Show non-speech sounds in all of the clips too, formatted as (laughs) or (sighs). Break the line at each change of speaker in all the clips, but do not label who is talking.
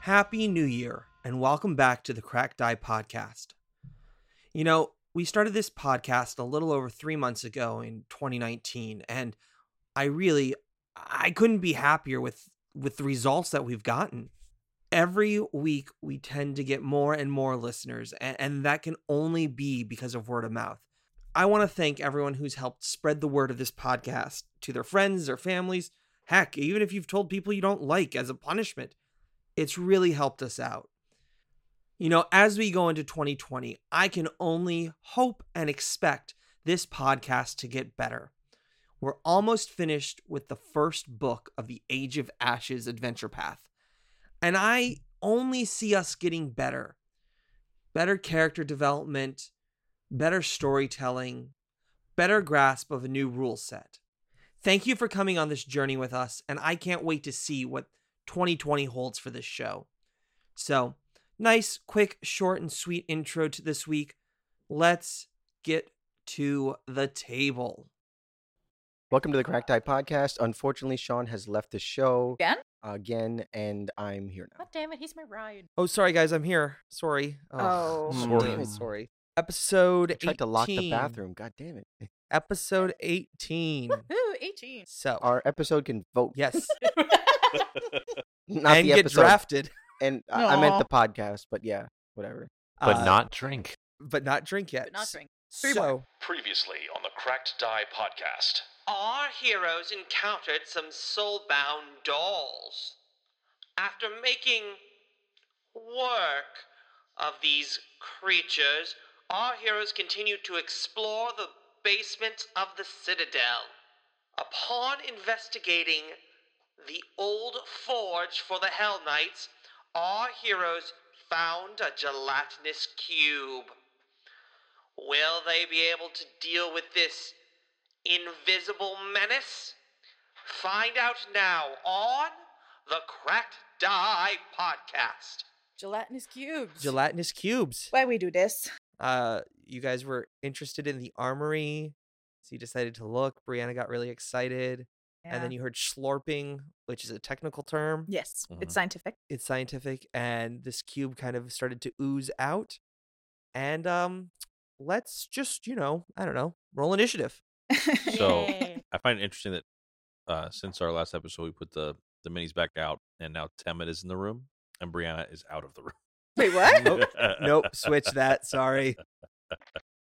Happy New Year, and welcome back to the Cracked Eye Podcast. You know, we started this podcast a little over three months ago in 2019, and I really, I couldn't be happier with with the results that we've gotten. Every week, we tend to get more and more listeners, and, and that can only be because of word of mouth. I want to thank everyone who's helped spread the word of this podcast to their friends, their families, heck, even if you've told people you don't like as a punishment it's really helped us out. You know, as we go into 2020, I can only hope and expect this podcast to get better. We're almost finished with the first book of the Age of Ashes adventure path. And I only see us getting better better character development, better storytelling, better grasp of a new rule set. Thank you for coming on this journey with us, and I can't wait to see what 2020 holds for this show. So, nice, quick, short, and sweet intro to this week. Let's get to the table.
Welcome to the Cracked Eye Podcast. Unfortunately, Sean has left the show
Again?
again, and I'm here now.
God damn it, he's my ride.
Oh, sorry, guys, I'm here. Sorry.
Oh.
sorry.
Damn it,
sorry. Episode
I tried to lock the
18.
bathroom. God damn it.
Episode 18.
Woohoo,
(laughs)
18.
so,
Our episode can vote.
yes,
(laughs) Not
and
the
get
episode.
drafted,
And I I meant
Aw.
the podcast, but yeah, whatever.
but
Uh,
not drink.
but not drink yet. (laughs)
but not drink. Three
So,
more.
Previously on the Cracked Die podcast.
Our heroes encountered some soul bound dolls. After making work of these creatures, our heroes continued to explore the basements of the citadel. Upon investigating the old forge for the Hell Knights, our heroes found a gelatinous cube. Will they be able to deal with this invisible menace? Find out now on the Cracked Die podcast.
Gelatinous cubes.
Gelatinous cubes.
Why we do this?
Uh, you guys were interested in the armory, so you decided to look. Brianna got really excited, and then you heard slorping, which is a technical term.
Yes,
Mhm.
it's scientific.
It's scientific, and this cube kind of started to ooze out. And um, let's just you know, I don't know, roll initiative.
(laughs)
So- I find it interesting that uh, since our last episode, we put the the minis back out, and now Temet is in the room, and Brianna is out of the room.
Wait,
Mm.
what?
Nope.
(laughs)
Nope, switch that. Sorry.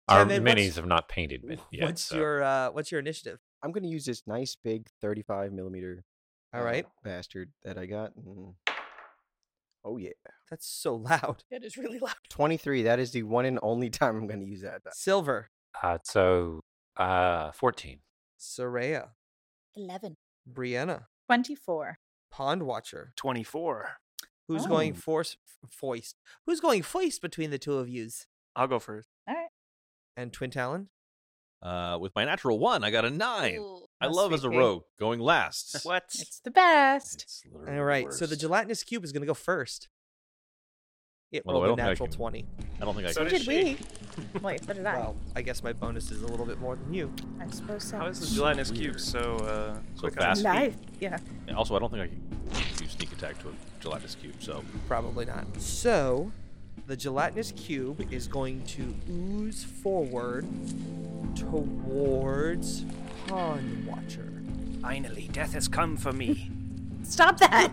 Our
Temet, what's-
minis have not painted min- yet.
what's
so-
your uh, what's your initiative?
I'm going to use this nice big 35 millimeter
All
uh,
right,
bastard that I got. Mm. Oh, yeah.
that's so (laughs) loud.
That is really loud.
23. That is the one and only (laughs) time I'm going to use that.
Silver,
Uh, so uh, fourteen.
Saraya,
11.
Brianna,
24.
Pond Watcher.
24.
Who's going
Oh.
force f- foist? Who's going foist between the two of yous?
I'll go first.
All right.
And Twin Talon?
Uh, with my natural one, I got a nine. I
That's
love as a
sweet, eh?
rogue going last.
(laughs) What?
It's the best.
It's literally
All right, so the
worst.
gelatinous cube is going to go first. It
Although I
rolled a
don't think I
natural
can-
20.
I don't think I
So
can.
did we.
(laughs) Wait, what did I?
Well, I guess my bonus is a little bit more than you.
I suppose so.
How is the gelatinous cube
Weird.
so uh,
So
quick
fast.
on
Life. Yeah.
And Also, I don't think I can do sneak attack to a gelatinous cube. So
Probably not. So, the gelatinous cube is going to ooze forward towards Pond Watcher.
feet? Finally, death has come for me.
Stop that.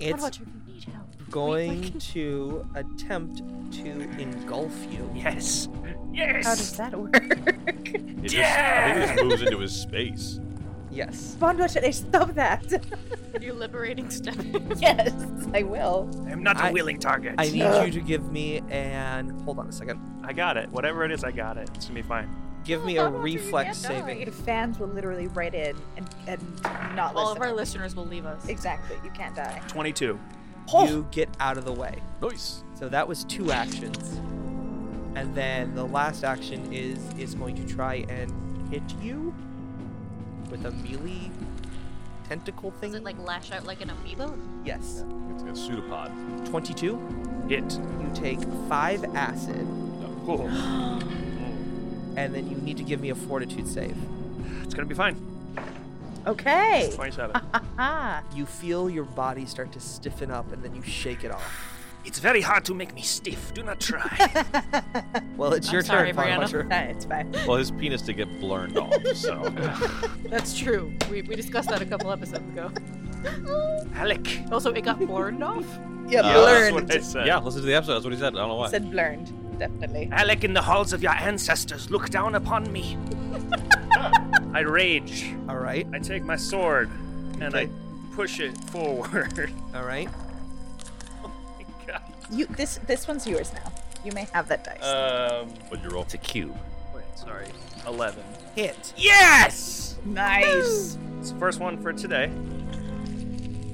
It's
Watcher, if you need help.
going to attempt to engulf you.
yes.
How does
Yes.
that work?
it just, I think it just moves into his space.
Yes.
Bond Watcher, they stop that.
You're liberating step.
yes, (laughs) I will.
I'm not a
I-
willing target.
I need
uh,
Ugh.
you to give me an. Hold on a second.
I got it. Whatever it is, I got it. It's gonna be fine.
Give
Oh,
me a
Bob Walter, you
reflex
can't die.
saving.
The fans will literally write in and, and not
All
listen.
of our listeners will leave us.
Exactly. You can't die.
22.
You get out of the way.
Nice.
So that was two actions. And then the last action is is going to try and hit you with a melee tentacle thing.
Does it like lash out like an amoeba?
yes.
It's like a pseudopod.
22. You
Hit.
take 5 acid
Cool.
and then you need to give me a fortitude save.
It's gonna be fine.
Okay.
27.
Ah.
You feel your body start to stiffen up and then you shake it off.
(laughs) it's very hard to make me stiff. Do not try.
Well, it's
I'm
your
sorry,
turn, Fire
Brianna.
Watcher.
Nah, it's fine.
Well, his penis to get blurred off. So
That's true. We, we discussed that a couple episodes ago.
Alec.
Also, it got born off.
Yeah,
Yeah,
That's
blurned.
what I said.
yeah, listen to the episode. That's what he said. I don't know why.
Said blurned, definitely.
Alec, in the halls of your ancestors, look down upon me. (laughs) I rage.
All right,
I take my sword and I
Okay.
push it forward. (laughs)
all right.
God.
You this this one's yours now. You may have that dice.
Um.
What'd you roll?
It's a cube.
Wait, sorry. 11.
Hit.
Yes!
nice.
It's the first one for today.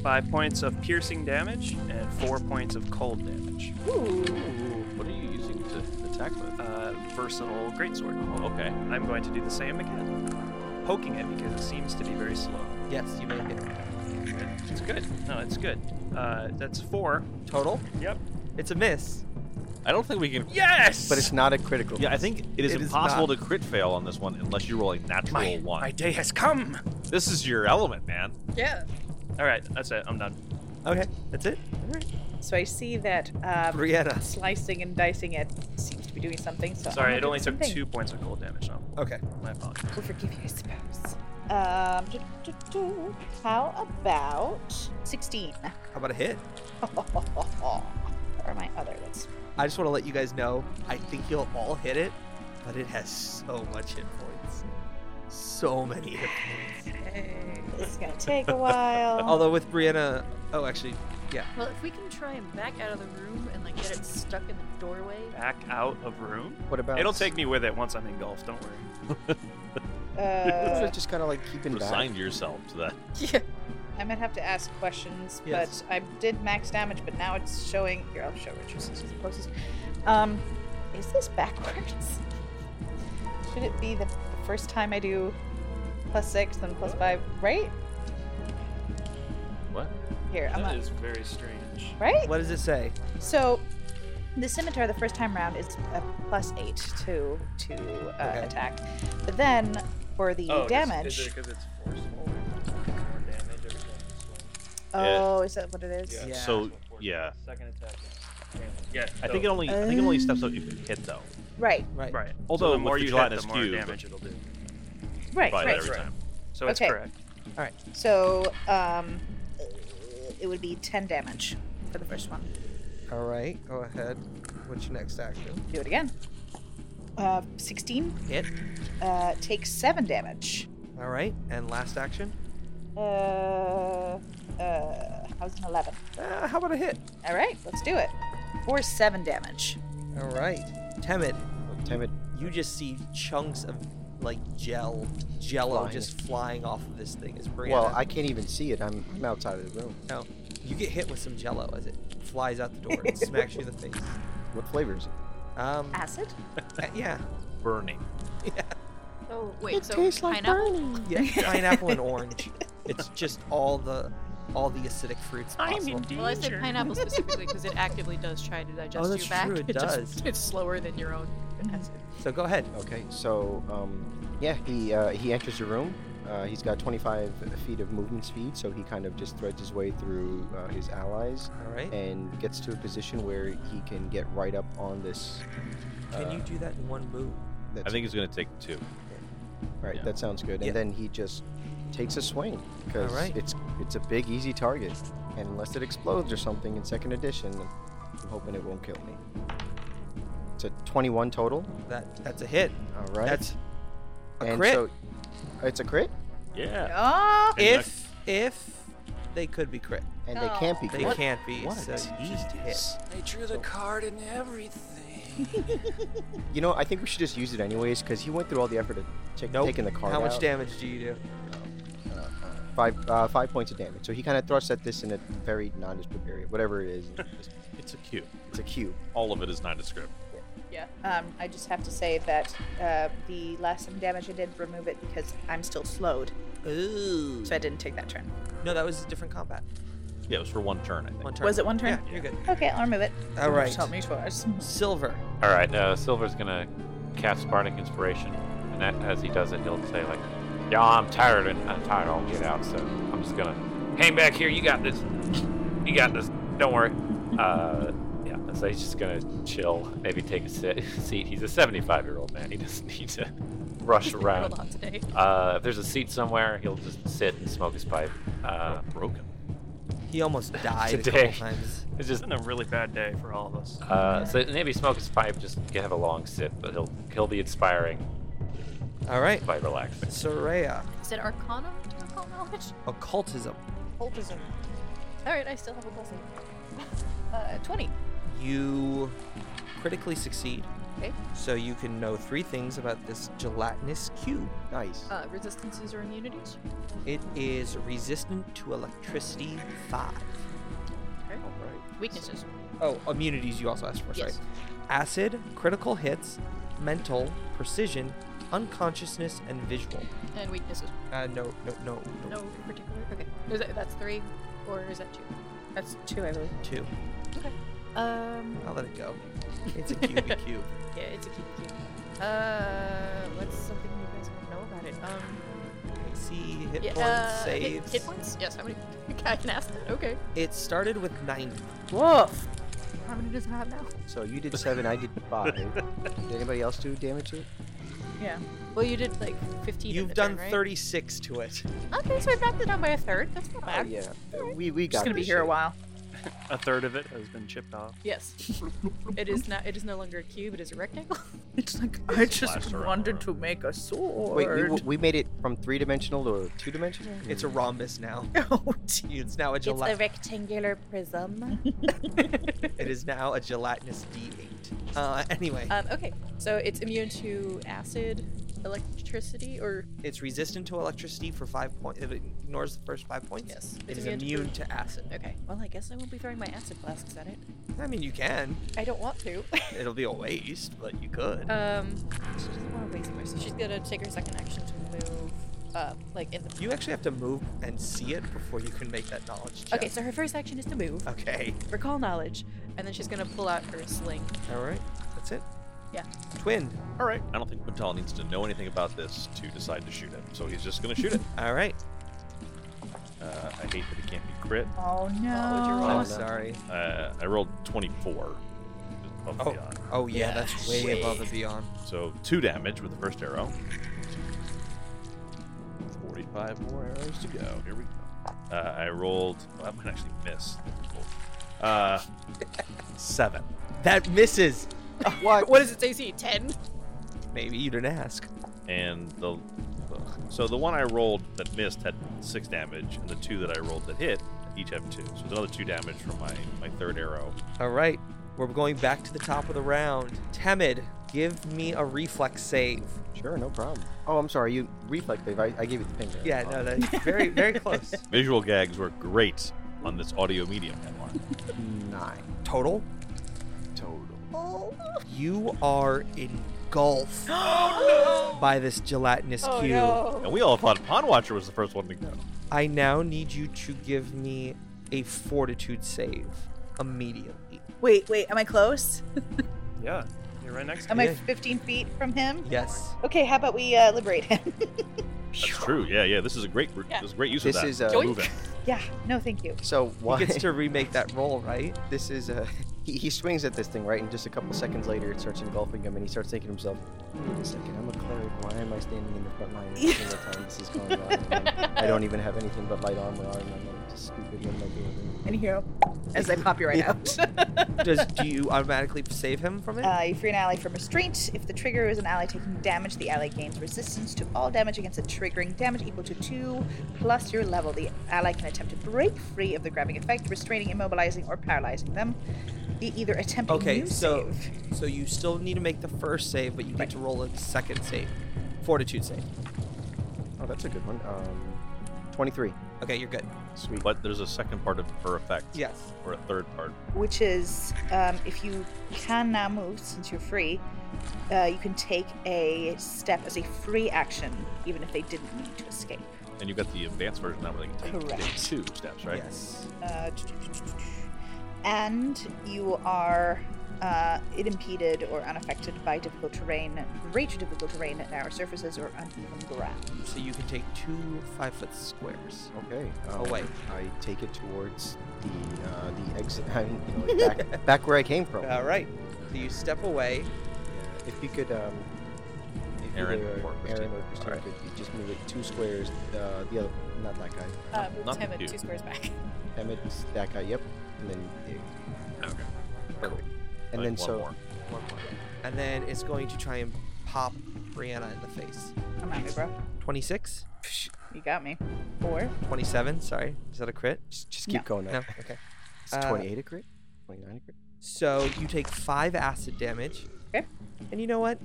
Five points of piercing damage and four points of cold damage.
What are you using to attack with?
Uh, versatile greatsword.
Oh, okay.
I'm going to do the same again, poking it because it seems to be very slow.
Yes, you make it.
It's good. No, it's good. Uh, that's four.
Total.
Yep.
It's a miss.
I don't think we can.
Yes.
But it's not a critical.
Yeah, I think it is
It is
impossible
not.
to crit fail on this one unless you roll a natural
my
one.
my day has come.
This is your element, man.
Yeah.
All right, that's it. I'm done.
Okay, that's it.
So I see that um,
Brianna.
slicing and dicing it seems to be doing something. So
Sorry,
I'm
it
gonna
only
do
took
something.
two points of cold damage. No,
Okay.
my apologies.
We'll forgive you, I suppose. Um, do, do, do. how about sixteen?
How about a hit?
or my other ones.
I just want to let you guys know. I think you'll all hit it, but it has so much hit points. So many hit points.
This is gonna take a while.
Although with Brianna, oh, actually,
(laughs) Well, if we can try and back out of the room and like get it stuck in the doorway.
Back out of room.
What about?
It'll take me with it once I'm engulfed. Don't worry.
So
Oh.
uh,
just gotta like keep in back.
Resign yourself to that.
Yeah.
I might have to ask questions,
Yes.
but I did max damage, but now it's showing. Here, I'll show Richard since he's the closest. Um, is this backwards? Should it be the, the first time I do plus six, then plus five, right?
What?
Here, I'm
That
not.
is very strange.
Right?
what does it say?
So, the scimitar the first time round is a plus eight to to uh,
Okay.
attack, but then for the
Oh,
damage,
Is, is it because it's forceful? More damage every time you swing?
oh, is that what it is?
Yeah.
So yeah,
Second attack. is- Yeah.
I
so-
think it only I think it only steps up if you hit though.
Right,
Right.
Right.
Although
so the
with
more
the
you hit,
gelatinous
the more
cube,
damage it'll do.
right,
By
right.
every
right.
time.
So it's
Okay.
correct.
So, um, uh, it would be 10 damage for the first one.
All right. Go ahead. What's your next action?
Do it again. Uh, 16.
Hit.
Uh, takes 7 damage.
All right. And last action.
Uh, uh, how's an 11?
Uh, how about a hit?
All right, let's do it. Or 7 damage.
All right. Temid,
Damn it.
you just see chunks of like gel, jello
Flying.
just flying off of this thing. Is Brianna?
Well, I can't even see it. I'm I'm outside of the room.
No. You get hit with some jello as it flies out the door
(laughs)
and smacks you in the face.
What flavor is it?
Um,
Acid?
uh, yeah.
burning.
Oh wait. so pineapple.
Yeah, pineapple and orange. It's just all the all the acidic fruits possible.
Well, I said pineapple specifically because it actively does try to digest
that's
your back.
true,
(laughs)
it
just-
does.
it's slower than your own acid.
So go ahead.
Okay, so um, yeah, he uh, he enters the room. Uh, he's got 25 feet of movement speed, so he kind of just threads his way through uh, his allies
All right.
and gets to a position where he can get right up on this.
Can
uh,
you do that in one move?
I
That's,
think it's gonna take two.
all right,
yeah.
that sounds good.
Yeah.
And then he just takes a swing because
All right.
it's it's a big easy target, and unless it explodes or something in second edition, I'm hoping it won't kill me. It's a 21 total.
That that's a hit.
All right,
That's a
and
crit.
so it's a crit,
Yeah.
Oh!
if if they could be crit,
and they can't be
they
crit.
can't be.
What
so
a
you just hit.
I drew the card and everything.
You know, I think we should just use it anyways because he went through all the effort of ta-
Nope.
taking the card
How much
out.
damage do you do?
Five, uh, five points of damage. So he kind of thrusts at this in a very nondescript area, whatever it
(laughs)
is. It's-
It's a cube.
it's a cube.
All of it is nondescript.
Um, I just have to say that uh, the last 7 damage I did remove it because I'm still slowed,
Ooh.
so I didn't take that turn.
No, that was a different combat.
Yeah, it was for one turn, I think.
One turn.
Was it one turn?
Yeah, you're good.
Okay, I'll remove it.
All right.
Help me twice.
(laughs) Silver.
All right, uh, Silver's gonna cast Bardic Inspiration, and that, as he does it, he'll say like, Yeah, I'm tired and I'm tired. I'll get out. So I'm just gonna hang back here. You got this. You got this. Don't worry. Uh, yeah. So he's just gonna chill. Maybe take a sit- (laughs) seat. He's a 75 year old man. He doesn't (laughs) need to rush around.
(laughs) Hold on today.
Uh, if there's a seat somewhere, he'll just sit and smoke his pipe. Uh,
broken.
He (laughs) almost died a
Today.
couple times.
it's just
It's been a really bad day for all of us.
uh, so maybe smoke his pipe. Just have a long sit, but he'll he'll be inspiring
All right.
by relaxing.
Soraya,
Is it Arcana? Do you recall knowledge?
occultism.
Cultism.
Alright, I still have a plus eight. (laughs) Uh, 20.
You critically succeed.
Okay.
So you can know three things about this gelatinous cube.
Nice.
Uh, resistances or immunities?
It is resistant to electricity five.
Okay. Weaknesses?
Oh, immunities you also asked for, sorry.
Yes.
Acid, critical hits, mental, precision, unconsciousness, and visual.
And weaknesses.
Uh, no, no, no, no,
No particular. Okay. Is that, that's three, or is that two? That's two, I believe.
two.
Um,
I'll let it go. It's a cube,
(laughs)
a cube.
yeah, it's a cute cute. Uh, what's something you guys don't know about it? Um,
AC, hit
yeah,
points,
uh, hit-
saves.
Hit points? Yes, how many? (laughs) I can ask that. Okay.
It started with 90.
Woof.
How many does it have now?
So you did seven, I did
(laughs)
five. did anybody else do damage to it?
Yeah.
Well, you did like 15. in
You've
the
done
turn, right?
36 to it.
Okay, so I knocked it down by a third. That's not
Oh
bad.
yeah, we we got.
Just gonna be
this
here a
shit.
while.
A third of it has been chipped off.
(laughs)
Yes. it is now. It is no longer a cube. It is a rectangle. (laughs)
It's like I
Blast
just
around the
wanted
room.
to make a sword.
Wait, we, we made it from three dimensional to two dimensional.
It's a rhombus now.
Hmm. (laughs) oh, dear.
It's now a gelatin.
rectangular prism.
it is now a gelatinous D8. Uh, anyway,
um, okay, so it's immune to acid, electricity, or
it's resistant to electricity for five points. It ignores the first five points.
yes,
It
it's
is
immune.
immune to acid.
to... Okay. Well, I guess I won't be throwing my acid flasks at it.
I mean, you can.
I don't want to.
It'll be a waste, but you could.
um, she doesn't want to waste my. She's gonna take her second action to move. Uh, like in the.
you actually have to move and see it before you can make that knowledge check.
Okay, so her first action is to move,
Okay.
recall knowledge, and then she's gonna pull out her sling.
All right. That's it.
Yeah.
Twin.
All right. I don't think Mattel needs to know anything about this to decide to shoot it. So he's just going to shoot it.
All right.
Uh, I hate that it can't be crit.
Oh
Oh,
no.
sorry.
Uh, I rolled 24. above
Oh.
the eye.
Oh yeah, that's way,
Way.
above and beyond.
So two damage with the first arrow. 45 more arrows to go. Here we go. Uh, I rolled. Well, that might actually miss. Uh, seven.
That misses.
What?
What is its AC? Ten.
Maybe you didn't ask.
And the. So the one I rolled that missed had six damage, and the two that I rolled that hit each have two. So it's another two damage from my, my third arrow.
All right. We're going back to the top of the round. Temid, give me a reflex save.
Sure, no problem. Oh, I'm sorry. You reflex save. I, I gave you the Oh, finger.
Yeah, no, that's very, very close.
Visual gags were great on this audio medium, Edmar.
nine
Total,
total.
you are engulfed by this gelatinous
Oh
cube.
And
no.
we all thought Pond Watcher was the first one to go.
I now need you to give me a fortitude save immediately.
Wait, wait. Am I close?
Yeah, you're right next to
Am
me.
I 15 feet from him?
Yes.
Okay. How about we uh, liberate him? (laughs)
That's true. Yeah, yeah. This is a great. This is a great use
This
of that.
is, uh,
Move
Yoink.
it.
yeah. No, thank you.
So why?
He gets to remake that roll, right?
This is a. (laughs) He, he swings at this thing, right? And just a couple seconds later, it starts engulfing him, and he starts thinking to himself, "Wait a second, I'm a cleric. Why am I standing in the front line every single time this is going on? And I don't even have anything but light armor on. and I'm just stupid. What am I doing?"
And here, as I pop you right out. (laughs)
(laughs) Does do you automatically save him from it?
Uh, you free an ally from restraint. If the trigger is an ally taking damage, the ally gains resistance to all damage against it, triggering damage equal to 2 plus your level. The ally can attempt to break free of the grabbing effect, restraining, immobilizing, or paralyzing them. You either attempt a
Okay,
new
so
save.
so you still need to make the first save, but you get to roll a second save, fortitude save.
Oh, that's a good one. Um, twenty-three.
Okay, you're good.
Sweet.
But there's a second part of her effect.
Yes.
Or a third part.
which is um, if you can now move since you're free, uh, you can take a step as a free action, even if they didn't need to escape.
And you've got the advanced version now where they can take,
Correct.
take two steps, right?
Yes.
Uh, and Uh, you are uh, unimpeded or unaffected by difficult terrain, greater difficult terrain, narrow surfaces, or uneven ground.
So you can take two five foot squares.
Okay. um,
Away.
I take it towards the uh, the exit. (laughs) I mean, you know, like back, back where I came from.
All right. So you step away.
Yeah, if you could, um, if
Aaron
either
or Christine.
Aaron or Christine
Alright.
could just move it two squares. Uh, the other, not that guy.
Uh, move
not
Temet
you.
two squares back.
Emmett, that guy. Yep. And then. yeah,
Okay.
Perfect. And
Like
then
one
so.
more.
One more. And then it's going to try and pop Brianna in the face.
I'm happy, bro.
26?
You got me. Four.
27, sorry. Is that a crit?
Just, just keep
No.
going.
No?
Now.
Okay.
It's
Uh,
28 a crit? 29 a crit?
So you take five acid damage.
Okay.
And you know what?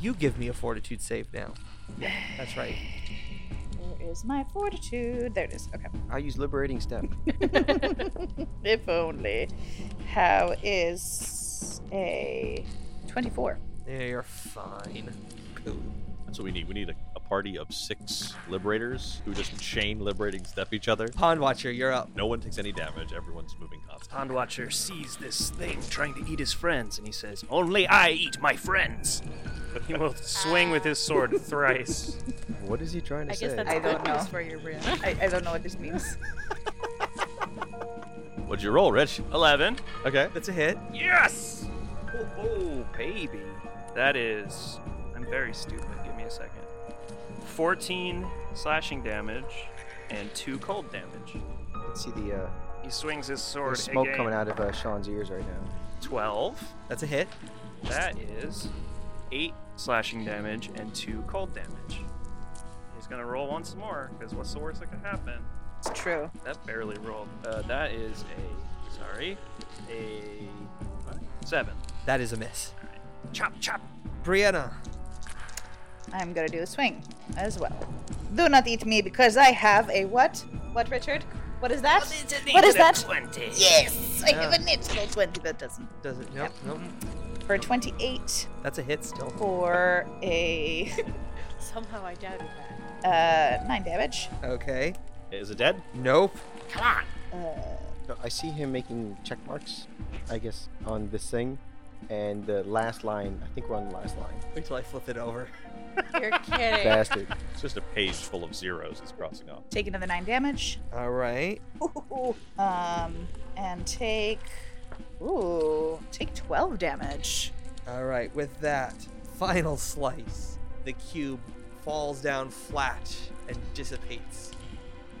You give me a fortitude save now. Yeah, that's right.
Where is my fortitude? There it is. Okay.
I use liberating step.
if only. How is a 24?
Yeah, you're fine. Cool.
That's what we need. We need a, a party of six liberators who just chain liberating step each other.
Pond Watcher, you're up.
No one takes any damage. Everyone's moving constantly.
Pond Watcher sees this thing trying to eat his friends, and he says, "Only I eat my friends." (laughs) He will swing with his sword thrice.
what is he trying to
I
say?
guess that's
I
good
don't know.
news for you, Brianna.
I, I don't know what this means.
What'd you roll, Rich?
Eleven.
Okay.
That's a hit.
Yes. Oh, oh, baby. That is. I'm very stupid. Give me a second. Fourteen slashing damage and two cold damage.
You can see the, uh,
He swings his
the
sword.
smoke
again.
coming out of uh, Sean's ears right now.
Twelve.
That's a hit.
That is eight slashing damage and two cold damage. He's gonna roll once more, because what's the worst that could happen?
It's true.
That barely rolled. Uh, that is a sorry, a seven.
That is a miss.
Chop chop.
Brianna,
I'm gonna do a swing as well. Do not eat me because I have a what? What, Richard? What is that? What is that? Yes, I have a natural twenty. That doesn't.
does it? Nope, nope.
For twenty-eight,
That's a hit still.
for a
(laughs) Somehow I doubted that.
uh, nine damage.
Okay.
Is it dead?
Nope.
So I see him making check marks, I guess, on this thing. And the last line, I think we're on the last line.
Wait till I flip it over.
(laughs)
You're kidding.
Bastard.
It's just a page full of zeros he's crossing off.
Take another nine damage.
All right.
Ooh, um, and take. Ooh, take twelve damage.
All right. With that final slice, the cube falls down flat and dissipates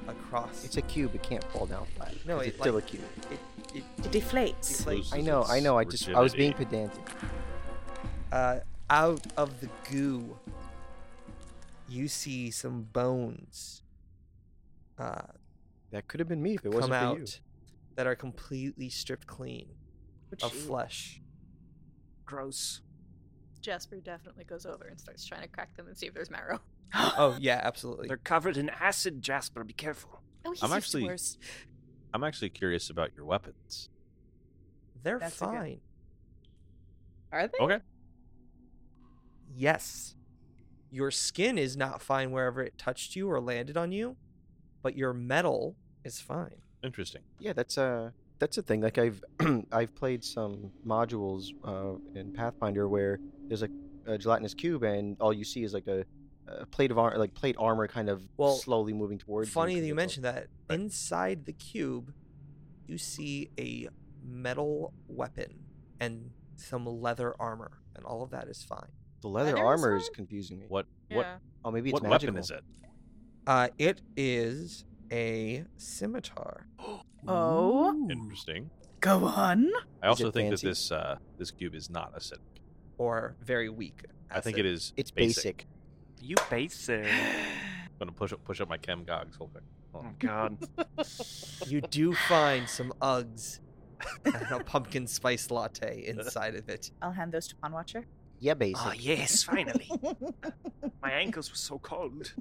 across.
It's a cube, it can't fall down flat.
No,
'cause
it,
it's still
like-
a cube.
it, it
It deflates.
deflates.
I
Loses
know,
its
I know, I just, I was being
rigidity.
pedantic.
uh, out of the goo, you see some bones uh,
That could have been me if it
come
wasn't
out
for you.
that are completely stripped clean of
(gasps)
flesh.
Gross.
(laughs) Jasper definitely goes over and starts trying to crack them and see if there's marrow.
Oh yeah, absolutely.
They're covered in acid, Jasper. Be careful.
Oh, he's
I'm
(laughs)
used to
actually-
worse.
I'm actually curious about your weapons.
They're
That's a good-
fine.
Are they?
Okay.
Yes. Your skin is not fine wherever it touched you or landed on you, but your metal is fine.
Interesting.
Yeah, that's a that's a thing. Like I've (clears throat) I've played some modules uh, in Pathfinder where there's like a gelatinous cube and all you see is like a, a plate of armor, like plate armor, kind of
Well,
slowly moving towards.
Funny
because
that you
it's all-
mentioned that. Inside the cube, you see a metal weapon and some leather armor, and all of that is fine.
the leather
Leather
armor is
design?
confusing me.
What- What-
Yeah.
Oh, maybe it's
what
magical.
weapon is it?
Uh, it is a scimitar.
Oh,
Interesting.
go on.
I also
it
think
fancy?
that this uh, this cube is not acidic.
or very weak.
I think it is.
It's basic.
You basic.
I'm gonna push up push up my chem gogs real quick.
Oh
(laughs)
God.
You do
(laughs)
find some Uggs and a pumpkin spice latte inside of
(laughs) Um,
it.
I'll hand those to Pawn Watcher.
Yeah, basic.
oh
(laughs)
yes, finally. My ankles were so cold.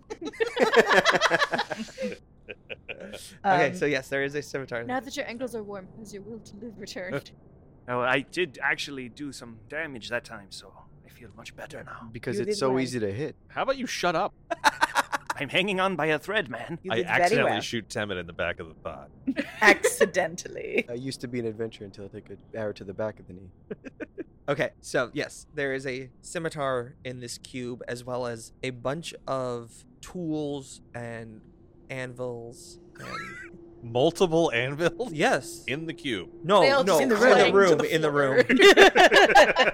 okay,
Um,
so yes, there is a scimitar. in
Now
there.
that your ankles are warm, has your will to live returned?
No, I did actually do some damage that time, so I feel much better now.
because
You
it's
did
so
well.
easy to hit.
How about you shut up?
I'm hanging on by a thread, man.
You
I
did very
accidentally
well.
shoot Temin in the back of the thigh.
(laughs)
(laughs)
Accidentally.
I used to be an adventurer until I took an arrow to the back of the knee.
Okay, so yes, there is a scimitar in this cube, as well as a bunch of tools and anvils. And...
Multiple (laughs) anvils
yes.
in
(laughs)
the cube.
No,
They all
no,
just
in the
clang to
room,
the
in the
floor. (laughs)
room.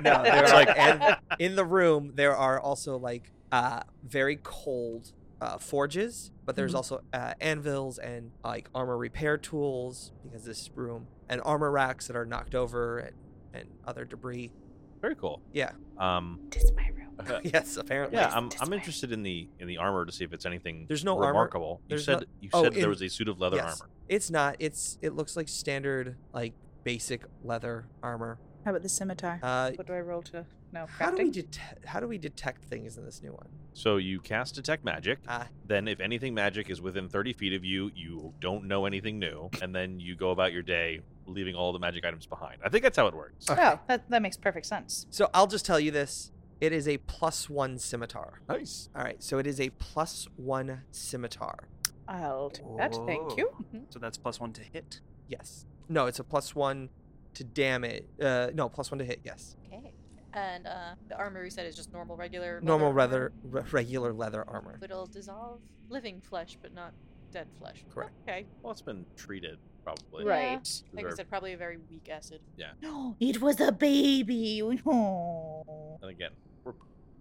no, there
It's
are,
like-
and in the room there are also like uh, very cold uh, forges, but there's
Mm-hmm.
Mhm.
also uh, anvils and like armor repair tools because this room and armor racks that are knocked over and, and other debris. (laughs)
Very cool.
Yeah.
Um.
This is my room.
yes, apparently.
Yeah. I'm,
this
I'm
way.
interested in the in the armor to see if it's anything.
There's no armor.
remarkable. You
There's
said
no-
you
oh,
said
in-
there was a suit of leather
yes.
armor.
It's not. It's it looks like standard like basic leather armor.
How about the scimitar?
Uh,
what do I roll to? No,
how do we
Oh, crafting.
det- how do we detect things in this new one?
So you cast detect magic.
Ah.
Then, if anything magic is within 30 feet of you, you don't know anything new, and then you go about your day leaving all the magic items behind. I think that's how it works.
Oh, that, that makes perfect sense.
So I'll just tell you this. It is a plus one scimitar.
Nice.
All right, so it is a plus one scimitar.
I'll do that. Thank you.
Mm-hmm.
So that's plus one to hit.
Yes. No, it's a plus one to damage. Uh, no, plus one to hit. Yes.
Okay. And uh, the armor you said is just normal, regular.
Normal,
leather
rather re- regular leather armor.
But it'll dissolve living flesh, but not dead flesh.
Correct.
Okay.
Well, it's been treated probably.
Right.
These
Like I
are-
said, probably a very weak (laughs) acid.
No, it was a baby. (laughs) No.
And again, we're,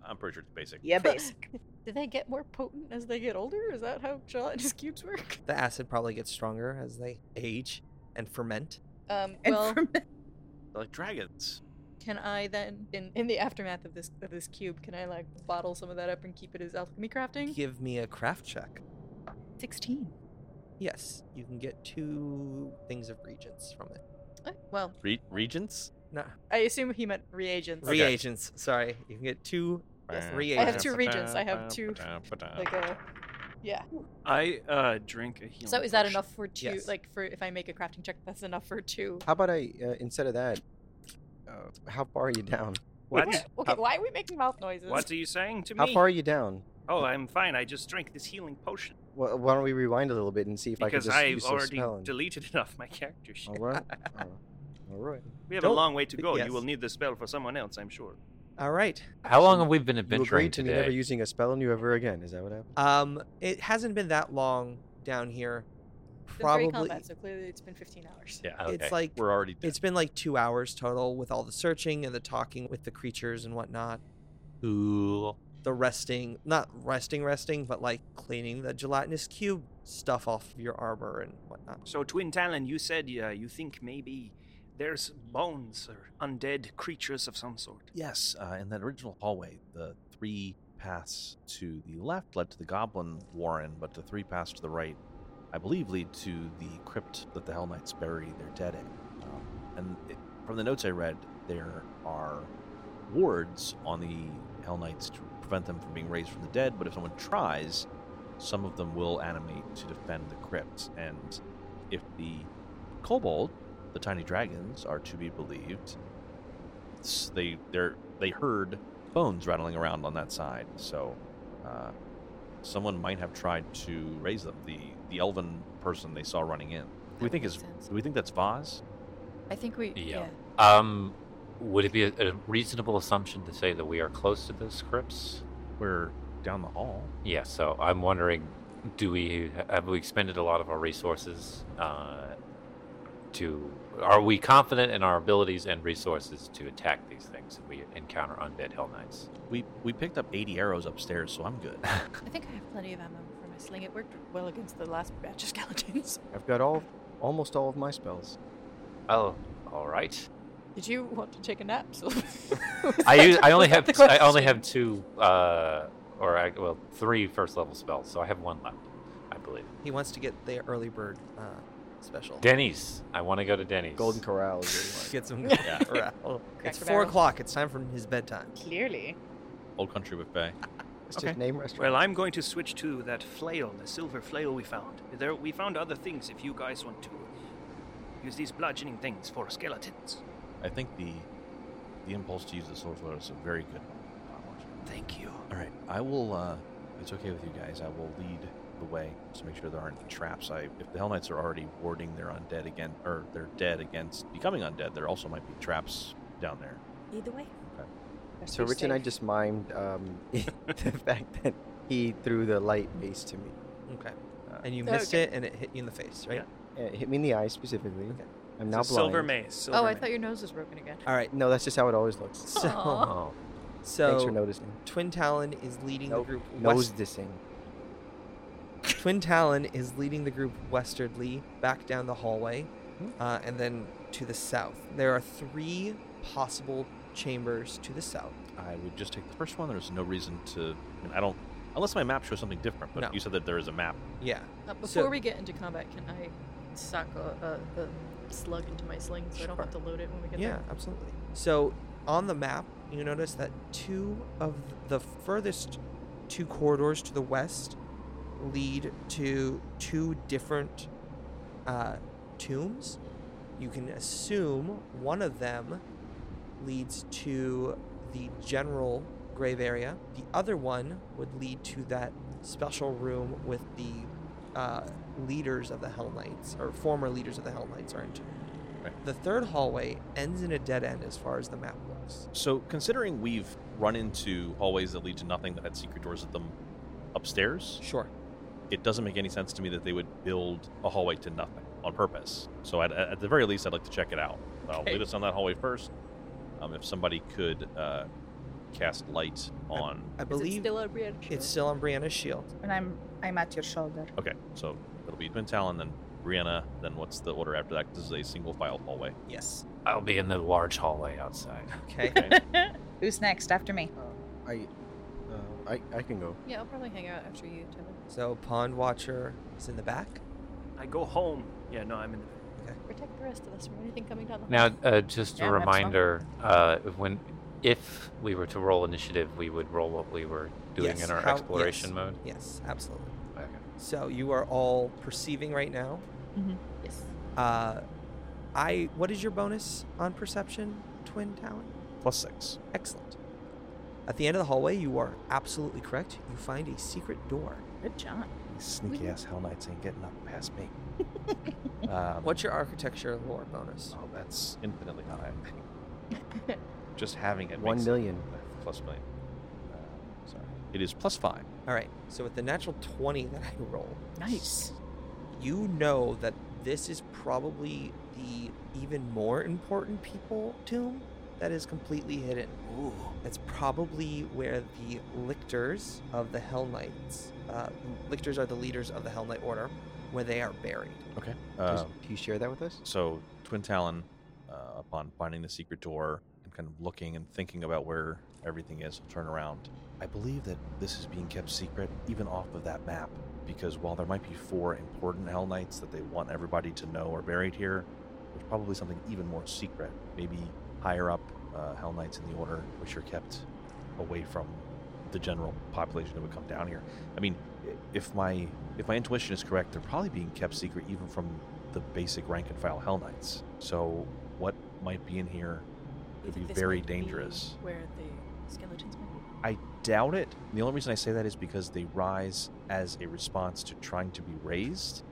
I'm pretty sure it's basic.
Yeah,
(laughs)
basic.
Do they get more potent as they get older? Is that how gelatinous cubes work?
The acid probably gets stronger as they age and ferment.
(laughs) Um,
And
well,
from-
They're Like dragons.
can I then, in, in the aftermath of this of this cube, can I like bottle some of that up and keep it as alchemy crafting?
Give me a craft check.
Sixteen.
Yes, you can get two things of regents from it.
Eh, Well,
Re- regents.
No,
I assume he meant reagents.
Okay.
reagents. Sorry, you can get two. Yes,
I
reagents.
have two regents. I have two, Like uh, a, yeah.
I uh drink a healing.
So is that
potion.
enough for two?
Yes.
Like for if I make a crafting check, that's enough for two.
How about I, uh, instead of that, uh, how far are you down?
What?
Okay, why are we making mouth noises?
What are you saying to
How
me?
far are you down?
Oh, I'm fine. I just drank this healing potion
Wh- why don't we rewind a little bit and see if
because
I
I
can just use some
already
spell and-
deleted (laughs) it off my character sheet.
All right. all all right.
We have a
Don't-
long way to go.
yes.
You will need the spell for someone else, I'm sure.
All right.
How long have we been
You
adventuring
agreed to me
today?
never using a spell on you ever again. Is that what happened?
Um, it hasn't been that long down here.
It's been
Probably
three combat, so clearly it's been 15 hours.
Yeah.
Okay.
it's like
We're already dead.
It's been like two hours total with all the searching and the talking with the creatures and whatnot.
Cool.
The resting, not resting, resting, but like cleaning the gelatinous cube stuff off of your armor and whatnot.
So, Twin Talon, you said uh, you think maybe there's bones or undead creatures of some sort.
Yes, uh, in that original hallway, the three paths to the left led to the Goblin Warren, but the three paths to the right, I believe, lead to the crypt that the Hell Knights bury their dead in. Um, and it, from the notes I read, there are wards on the Hell Knights to prevent them from being raised from the dead, but if someone tries, some of them will animate to defend the crypt. And if the kobold, the tiny dragons, are to be believed, s- they they're they heard bones rattling around on that side so uh, someone might have tried to raise them the the elven person they saw running in do we
That
think
makes
is
sense.
do we think that's Vaz
I think we.
Yeah. Um, would it be a, a reasonable assumption to say that we are close to those crypts?
we're down the hall
Yeah. So I'm wondering, do we have we expended a lot of our resources? Uh, to are we confident in our abilities and resources to attack these things if we encounter undead hell knights?
we we picked up 80 arrows upstairs so i'm (laughs) good
I think I have plenty of ammo for my sling. It worked well against the last batch of (laughs) skeletons.
I've got all, almost all of my spells.
Oh, all right.
Did you want to take a nap? (laughs) So
I use,
(laughs)
I only have I only have two uh or I, well three first level spells, so I have one left, I believe.
He wants to get the early bird uh, special.
Denny's. I want to go to Denny's.
Golden Corral is
Get some. (laughs)
(laughs) Yeah.
corral. It's
the
four
barrel.
o'clock. It's time for his bedtime.
Clearly.
old country buffet
It's just name restaurant.
Well, I'm going to switch to that flail, the silver flail we found. There, we found other things if you guys want to use these bludgeoning things for skeletons.
i think the the impulse to use the sword flare is a very good one
Thank you.
all right i will uh i it's okay with you guys. I will lead the way. Just make sure there aren't any traps. I, if the Hell Knights are already warding their undead again, or they're dead against becoming undead, there also might be traps down there.
Either way.
Best
So
be
Rich and I
safe.
just mimed um, (laughs) the fact that he threw the light base to me.
Okay.
Uh,
And you
Okay.
missed it, and it hit you in the face, right?
Uh, It hit me in the eye specifically.
Okay.
I'm
It's
now
a silver
blind.
mace. Silver
Oh, I
mace.
thought your nose was broken again.
All right.
No, that's just how it always looks.
So,
Aw.
Oh, thanks for
so
noticing.
Twin Talon is leading
Nope.
the group
Nose (laughs)
west.
dissing.
Twin Talon is leading the group westwardly back down the hallway,
Hmm.
uh, and then to the south. There are three possible chambers to the south.
I would just take the first one. There's no reason to. I, mean, I don't. Unless my map shows something different, but
No.
you said that there is a map.
Yeah.
Uh,
So-
before we get into combat, can I sock a, a, a slug into my sling so I don't have to
Sure.
load it when we get
Yeah, absolutely. So on the map, you notice that two of the furthest two corridors to the west lead to two different uh, tombs. You can assume one of them leads to the general grave area. The other one would lead to that special room with the uh, leaders of the Hell Knights, or former leaders of the Hell Knights, are entombed. The third hallway ends in a dead end as far as the map looks.
So, considering we've run into hallways that lead to nothing that had secret doors at them upstairs,
Sure.
it doesn't make any sense to me that they would build a hallway to nothing on purpose. So, I'd, at the very least, I'd like to check it out. I'll
Okay.
lead us on that hallway first. Um, if somebody could uh, cast light on.
I
there. Is it
believe
still a red shield?
it's still on Brianna's shield.
And I'm I'm at
(laughs)
your shoulder.
Okay, so it'll be Twin Talon, then Brianna, then what's the order after that? 'Cause This is a single file hallway.
Yes.
I'll be in the large
(laughs)
hallway outside.
Okay.
Who's next after me?
I, uh, I, I can go.
Yeah, I'll probably hang out after you, Timon.
so Pond Watcher is in the back.
I go home. Yeah, no, I'm in. The...
Protect the rest of us from anything coming down the
Now, uh, just
Yeah,
a
that's fine.
reminder: uh, when, if we were to roll initiative, we would roll what we were doing
Yes,
in our
how-
exploration
yes.
mode.
Yes, absolutely.
Okay.
So you are all perceiving right now.
Yes.
Uh, I what is your bonus on perception, Twin Talon?
Plus six.
Excellent. At the end of the hallway, you are absolutely correct. You find a secret door.
Good job.
These sneaky ass Hell Knights ain't getting up past
(laughs)
me. um,
What's your architecture lore bonus?
Oh, that's infinitely high. Just having it.
One
makes it-
million.
Plus million. Uh, sorry. It is plus five.
All right. So with the natural twenty that I roll,
Nice.
you know that this is probably the even more important people tomb that is completely hidden.
Ooh.
That's probably where the lictors of the Hell Knights, uh, lictors are the leaders of the Hell Knight Order, where they are buried.
Okay.
Does- do you share that with us?
Um, so, Twin Talon, uh, upon finding the secret door and kind of looking and thinking about where everything is, will turn around. I believe that this is being kept secret, even off of that map, because while there might be four important Hell Knights that they want everybody to know are buried here, there's probably something even more secret. Maybe higher up uh, Hell Knights in the Order, which are kept away from the general population that would come down here. I mean, i- if my if my intuition is correct, they're probably being kept secret even from the basic rank and file Hell Knights. So, what might be in here could
You
be
think this
very
might be
dangerous.
Where the skeletons might be.
I doubt it. The only reason I say that is because they rise as a response to trying to be raised.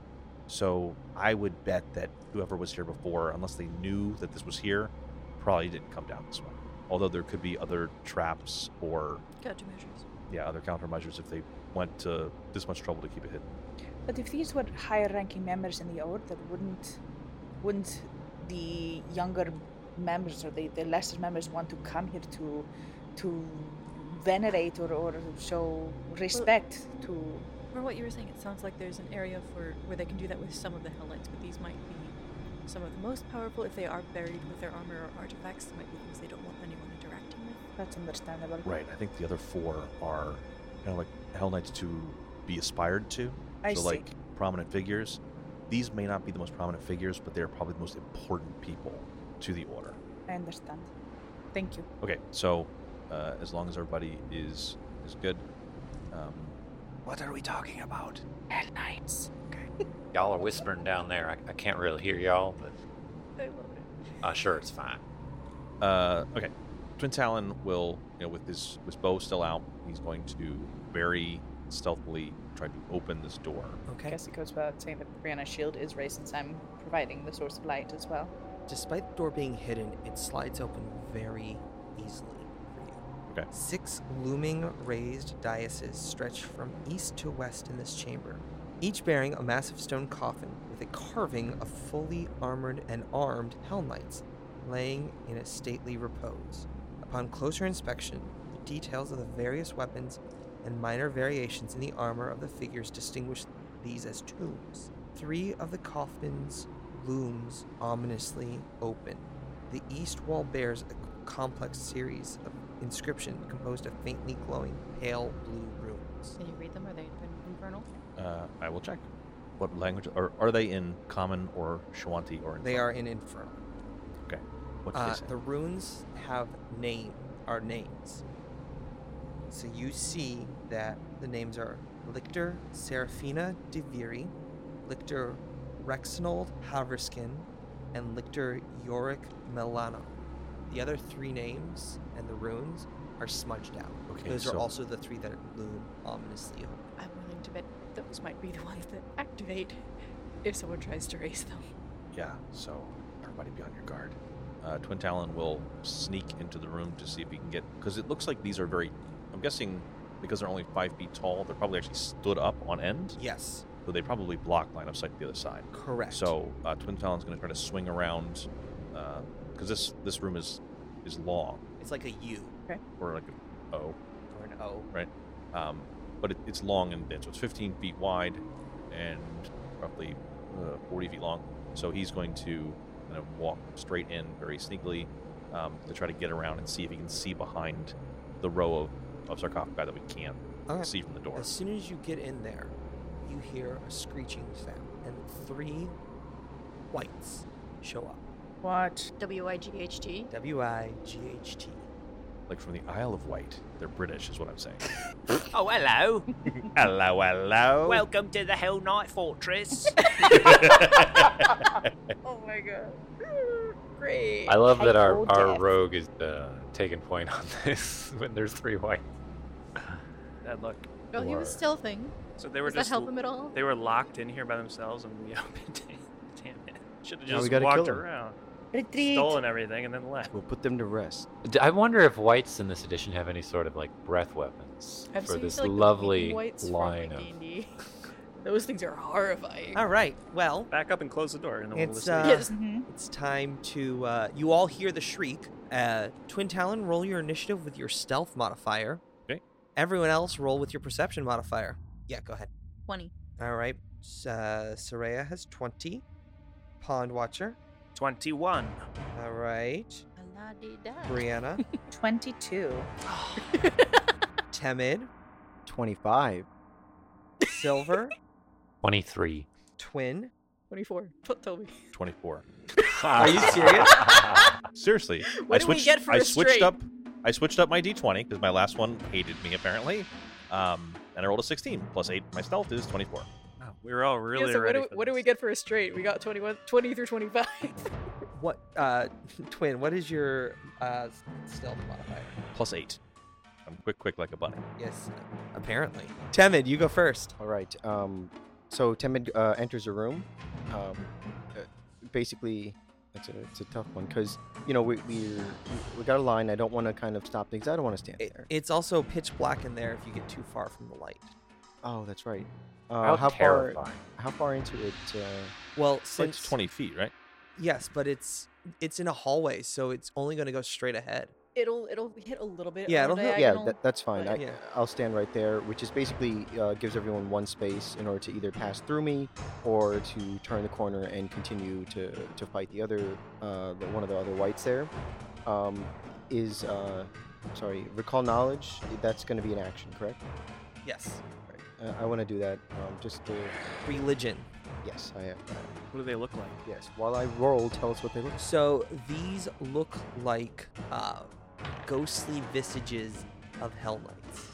So I would bet that whoever was here before, unless they knew that this was here, probably didn't come down this way. Although there could be other traps or
Countermeasures.
yeah, other countermeasures if they went to this much trouble to keep it hidden.
But if these were higher ranking members in the order, wouldn't wouldn't the younger members or the, the lesser members want to come here to to venerate or, or show respect to
For what you were saying, it sounds like there's an area for where they can do that with some of the Hell Knights, but these might be some of the most powerful if they are buried with their armor or artifacts. It might be things they don't want anyone interacting with.
that's understandable.
Right. I think the other four are kind of like Hell Knights to be aspired to.
I
so
see.
like prominent figures. These may not be the most prominent figures, but they are probably the most important people to the order.
I understand. Thank you.
Okay, so uh, as long as everybody is is good, um,
What are we talking about?
Hell knights.
Y'all are whispering down there. I, I can't really hear y'all, but
I love it.
I'm sure it's (laughs) fine.
uh, okay, Twin Talon will you know with his his bow still out, he's going to bury stealthily try to open this door.
I
Okay.
guess it goes without saying that Brianna's shield is raised since I'm providing the source of light as well.
Despite the door being hidden, it slides open very easily for you.
Okay.
Six looming raised daises stretch from east to west in this chamber, each bearing a massive stone coffin with a carving of fully armored and armed Hell Knights laying in a stately repose. Upon closer inspection, the details of the various weapons and minor variations in the armor of the figures distinguish these as tombs. Three of the coffins looms ominously open. The east wall bears a complex series of inscription composed of faintly glowing pale blue runes.
Can you read them? Are they in- infernal?
Uh, I will check. What language are, are they in Common or Shawanti or in
They are in Infernal.
What
Uh, the runes have name are names. So you see that the names are Lictor Serafina Diviri, Lictor Rexnold Haverskin, and Lictor Yorick Melano. The other three names and the runes are smudged out.
Okay,
Those are
so-
also the three that loom ominously over.
I'm willing to bet those might be the ones that activate if someone tries to raise them.
Yeah, so everybody be on your guard. Uh, Twin Talon will sneak into the room to see if he can get. Because it looks like these are very. I'm guessing because they're only five feet tall, they're probably actually stood up on end,
Yes,
so they probably block line of sight to the other side.
correct.
So uh, Twin Talon's going to try to swing around, because this this room is is long
it's like a U
or like a oh, O,
or an O.
um, but it, it's long and thin, so it's 15 feet wide and roughly uh, 40 feet long. So he's going to kind of walk straight in very sneakily um, to try to get around and see if he can see behind the row of, of sarcophagi that we can't
Alright.
see from the door.
As soon as you get in there, you hear a screeching sound, and three whites show up.
What?
W I G H T.
W I G H T.
Like from the Isle of Wight. They're British, is what I'm saying.
Oh, hello.
hello, hello.
Welcome to the Hell Knight
(laughs)
Fortress. (laughs)
Oh my god. Great.
I love that our,
Hateful
our
death.
rogue is uh, taking point on (laughs) this when there's three white.
Bad luck.
Oh, he was stealthing.
So they were
Does that
just
help him at all?
they were locked in here by themselves, and we (laughs) opened it. Damn it! Should have
Now we
just
gotta kill
walked
them.
around,
Retreat.
stolen everything, and then left.
We'll put them to rest.
D- I wonder if whites in this edition have any sort of like breath weapons
I've
for
seen
this
like, the big
lovely
whites from,
line
like,
of.
D&D. (laughs) Those things are horrifying.
All right. Well,
Back up and close the door, and then we'll
It's,
listen.
uh,
Yes.
hmm
it's time to. Uh, you all hear the shriek. Uh, Twin Talon, roll your initiative with your stealth modifier.
Okay.
Everyone else, roll with your perception modifier. Yeah, go ahead.
20.
All right. S- Uh, Saraya has 20. Pond Watcher.
Twenty-one.
All right.
(laughs)
Brianna.
22.
Temid.
25.
Silver.
23.
Twin.
24. (laughs) Don't tell me.
24.
(laughs)
Are
you serious?
Seriously.
(laughs) What
I
do we
switched,
get for
I
a
switched
straight?
up I switched up my D20 because my last one hated me apparently. Um, and I rolled a 16 plus 8 my stealth is 24.
Wow, we were all really
Yeah, so what,
ready
do,
for
what do
this.
we get for a straight? We got 21, 20 through 25. (laughs)
What, uh, (laughs) Twin, what is your uh, stealth modifier?
plus eight. I'm quick, quick like a bunny.
Yes, apparently. Temid, you go first.
All right. Um, so Temid uh, enters a room. Um, uh, basically, it's a, it's a tough one because you know we we we got a line. I don't want to kind of stop things. I don't want to stand
It,
there.
it's also pitch black in there if you get too far from the light.
Oh, that's right.
How,
Uh, how far?
terrifying.
How far into it? Uh,
Well,
It's like
since
20 feet, right?
Yes, but it's it's in a hallway, so it's only going to go straight ahead.
it'll it'll hit a little bit.
Yeah,
on the
it'll hit-
yeah,
diagonal.
that, that's fine.
but-
I,
Yeah.
I'll stand right there, which is basically uh, gives everyone one space in order to either pass through me or to turn the corner and continue to, to fight the other uh, the, one of the other whites there. Um, is uh, sorry, recall knowledge. That's going to be an action, correct?
Yes.
Uh, I want to do that. Um, just to,
Religion.
yes, I am.
What do they look like?
Yes. While I roll, tell us what they look.
So these look like uh, ghostly visages of hell knights.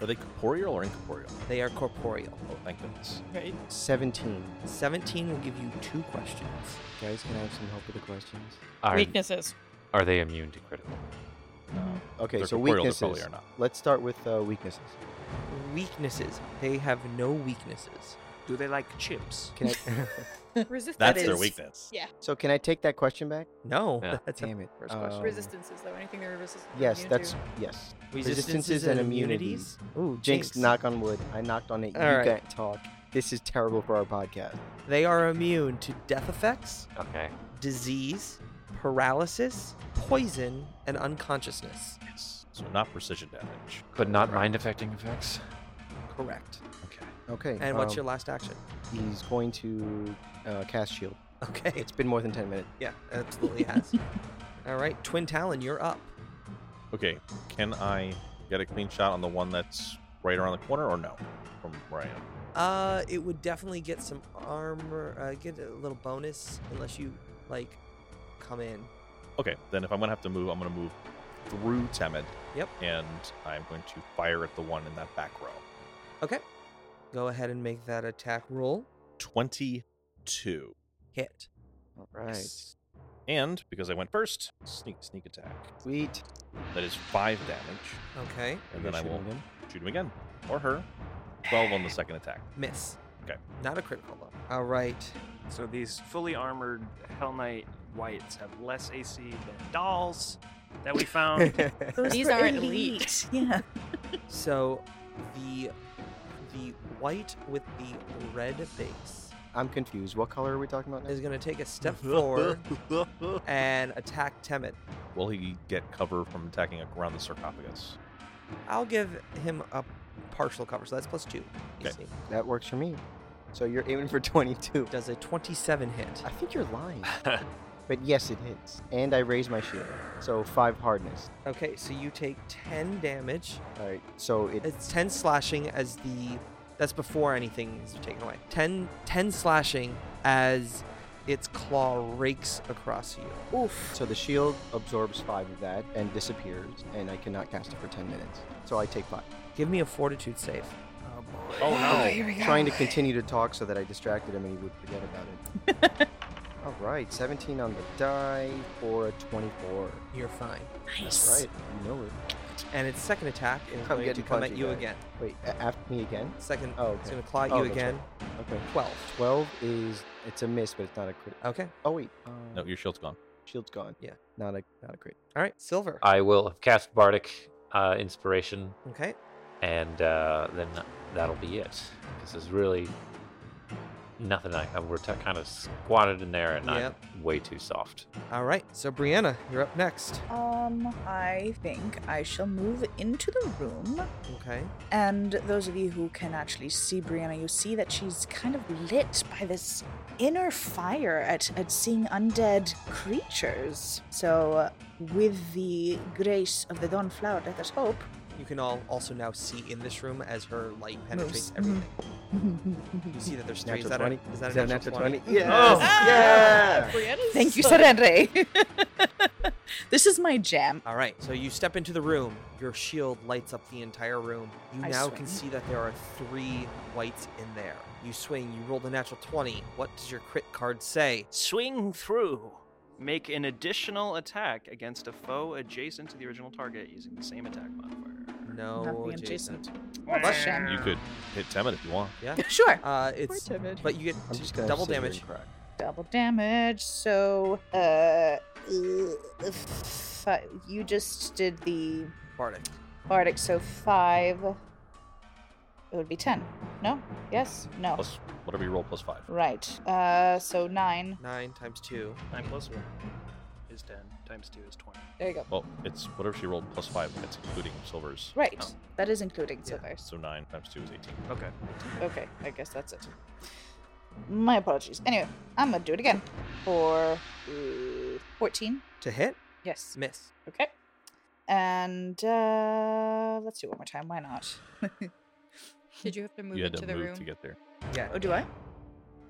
Are they corporeal or incorporeal?
They are corporeal.
Oh, thank goodness.
right.
Seventeen.
17 will give you two questions.
Guys, can I have some help with the questions?
Are,
(laughs) Weaknesses.
are they immune to critical?
Um,
Okay,
they're
so
corporeal, they
weaknesses.
probably are not.
Let's start with uh, weaknesses.
Weaknesses. They have no weaknesses.
Do they like chips?
Can I,
Resist-
That's
that
their
is-
weakness.
so can I take that question back?
No.
Yeah.
(laughs) That's a-
Damn it.
first question.
Um,
Resistances, though. Anything they're resistant or
Yes,
immune to.
that's yes. Resistances and immunities.
Ooh,
Jinx, knock on wood. I knocked on it.
All
you
right.
can't talk. This is terrible for our podcast.
They are immune to death effects,
Okay.
disease, paralysis, poison, and unconsciousness.
Yes. So not precision damage.
But not mind affecting effects?
Correct.
Okay.
Okay.
And what's
um,
your last
(laughs)
action?
He's going to uh, cast shield.
Okay.
It's been more than ten minutes.
Yeah, absolutely
(laughs)
has. All right, Twin Talon, you're up.
Okay. Can I get a clean shot on the one that's right around the corner, or no? From where I am.
Uh, it would definitely get some armor, uh, get a little bonus unless you like come in.
Okay. Then if I'm gonna have to move, I'm gonna move through Temid.
Yep.
And I'm going to fire at the one in that back row.
Okay. Go ahead and make that attack roll.
Twenty-two.
Hit.
All right.
Yes. And because I went first, sneak sneak attack.
(laughs) Sweet.
That is five damage,
Okay.
and
You're
then I will
shooting him?
shoot him again or her. Twelve on the second attack.
Miss.
Okay.
Not a critical though. All right.
So these fully armored Hell Knight Whites have less AC than dolls that
(laughs)
we found.
These
were
aren't elite.
(laughs) Yeah.
So the the white with the red base
I'm confused. What color are we talking about now?
is going to take a step forward and attack Temid.
Will he get cover from attacking around the sarcophagus?
I'll give him a partial cover, so that's plus two. You
Okay.
see.
That works for me. So you're aiming for (laughs) 22.
Does a 27 hit.
I think you're (laughs) lying. but yes, it hits. And I raise my shield. So five hardness.
Okay, so you take 10 damage.
All right. So it
It's 10 slashing as the. That's before anything is taken away. 10, 10 slashing as its claw rakes across you.
Oof. So the shield absorbs five of that and disappears, and I cannot cast it for 10 minutes. So I take five.
Give me a fortitude save.
oh no!
here we go.
Trying to continue to talk so that I distracted him and he would forget about it.
(laughs)
All right. 17 on the die for a 24.
You're fine.
That's right. You know it.
And its second attack is
I'm
going to
getting
come at
punchy,
you
guys.
again.
Wait, a- after me again?
Second,
Oh,
it's
okay.
going to claw at
Oh,
you
that's
again.
Okay.
12.
12 is, it's a miss, but it's not a crit.
Okay.
Oh, wait.
No, your shield's gone.
Shield's gone.
Yeah.
Not a not a crit.
All right, Silver.
I will cast Bardic uh, Inspiration,
Okay.
and uh, then that'll be it. Because there's really nothing I. We're t- kind of squatted in there, and I'm way too soft.
All right, so Brianna, you're up next.
Um, I think I shall move into the room.
Okay.
And those of you who can actually see Brianna, you see that she's kind of lit by this inner fire at, at seeing undead creatures. So, uh, with the grace of the dawn flower, let us
(laughs)
hope.
You can all also now see in this room as her light penetrates
Moves.
everything. You see that there's three. Is that, a, is that a natural 20?
Yes.
Oh,
Ah!
Yeah.
(laughs) Thank you, Serenre. this is my jam.
All right, so you step into the room. Your shield lights up the entire room. You
I
now
swing.
can see that there are three whites in there. You swing. You roll the natural twenty. What does your crit card say?
Swing through.
Make an additional attack against a foe adjacent to the original target using the same attack modifier.
No
Nothing
adjacent.
adjacent. That's a shame.
You could hit Temid if you want.
Sure.
Uh, it's
timid.
but you get
I'm
to
just gonna
double
sit here and
damage.
cry.
Double damage. So, uh, fi- you just did the
Bardic.
Bardic, so five. It would be ten. No? Yes? No.
Plus whatever you roll, plus five.
Right. Uh, so nine.
Nine times two.
Nine plus one is ten. Times two is twenty.
There you go.
Well, it's whatever she rolled plus five. That's including Silver's.
Right.
Oh.
That is including
Yeah.
silvers.
So nine times two is eighteen.
Okay.
Okay, I guess that's it. My apologies. Anyway, I'm gonna do it again. For uh, 14.
To hit,
Yes.
miss.
Okay. And uh, let's do it one more time. Why not?
Did you have to move
you had to
into the
move
room?
to get there.
Yeah.
Oh, do I?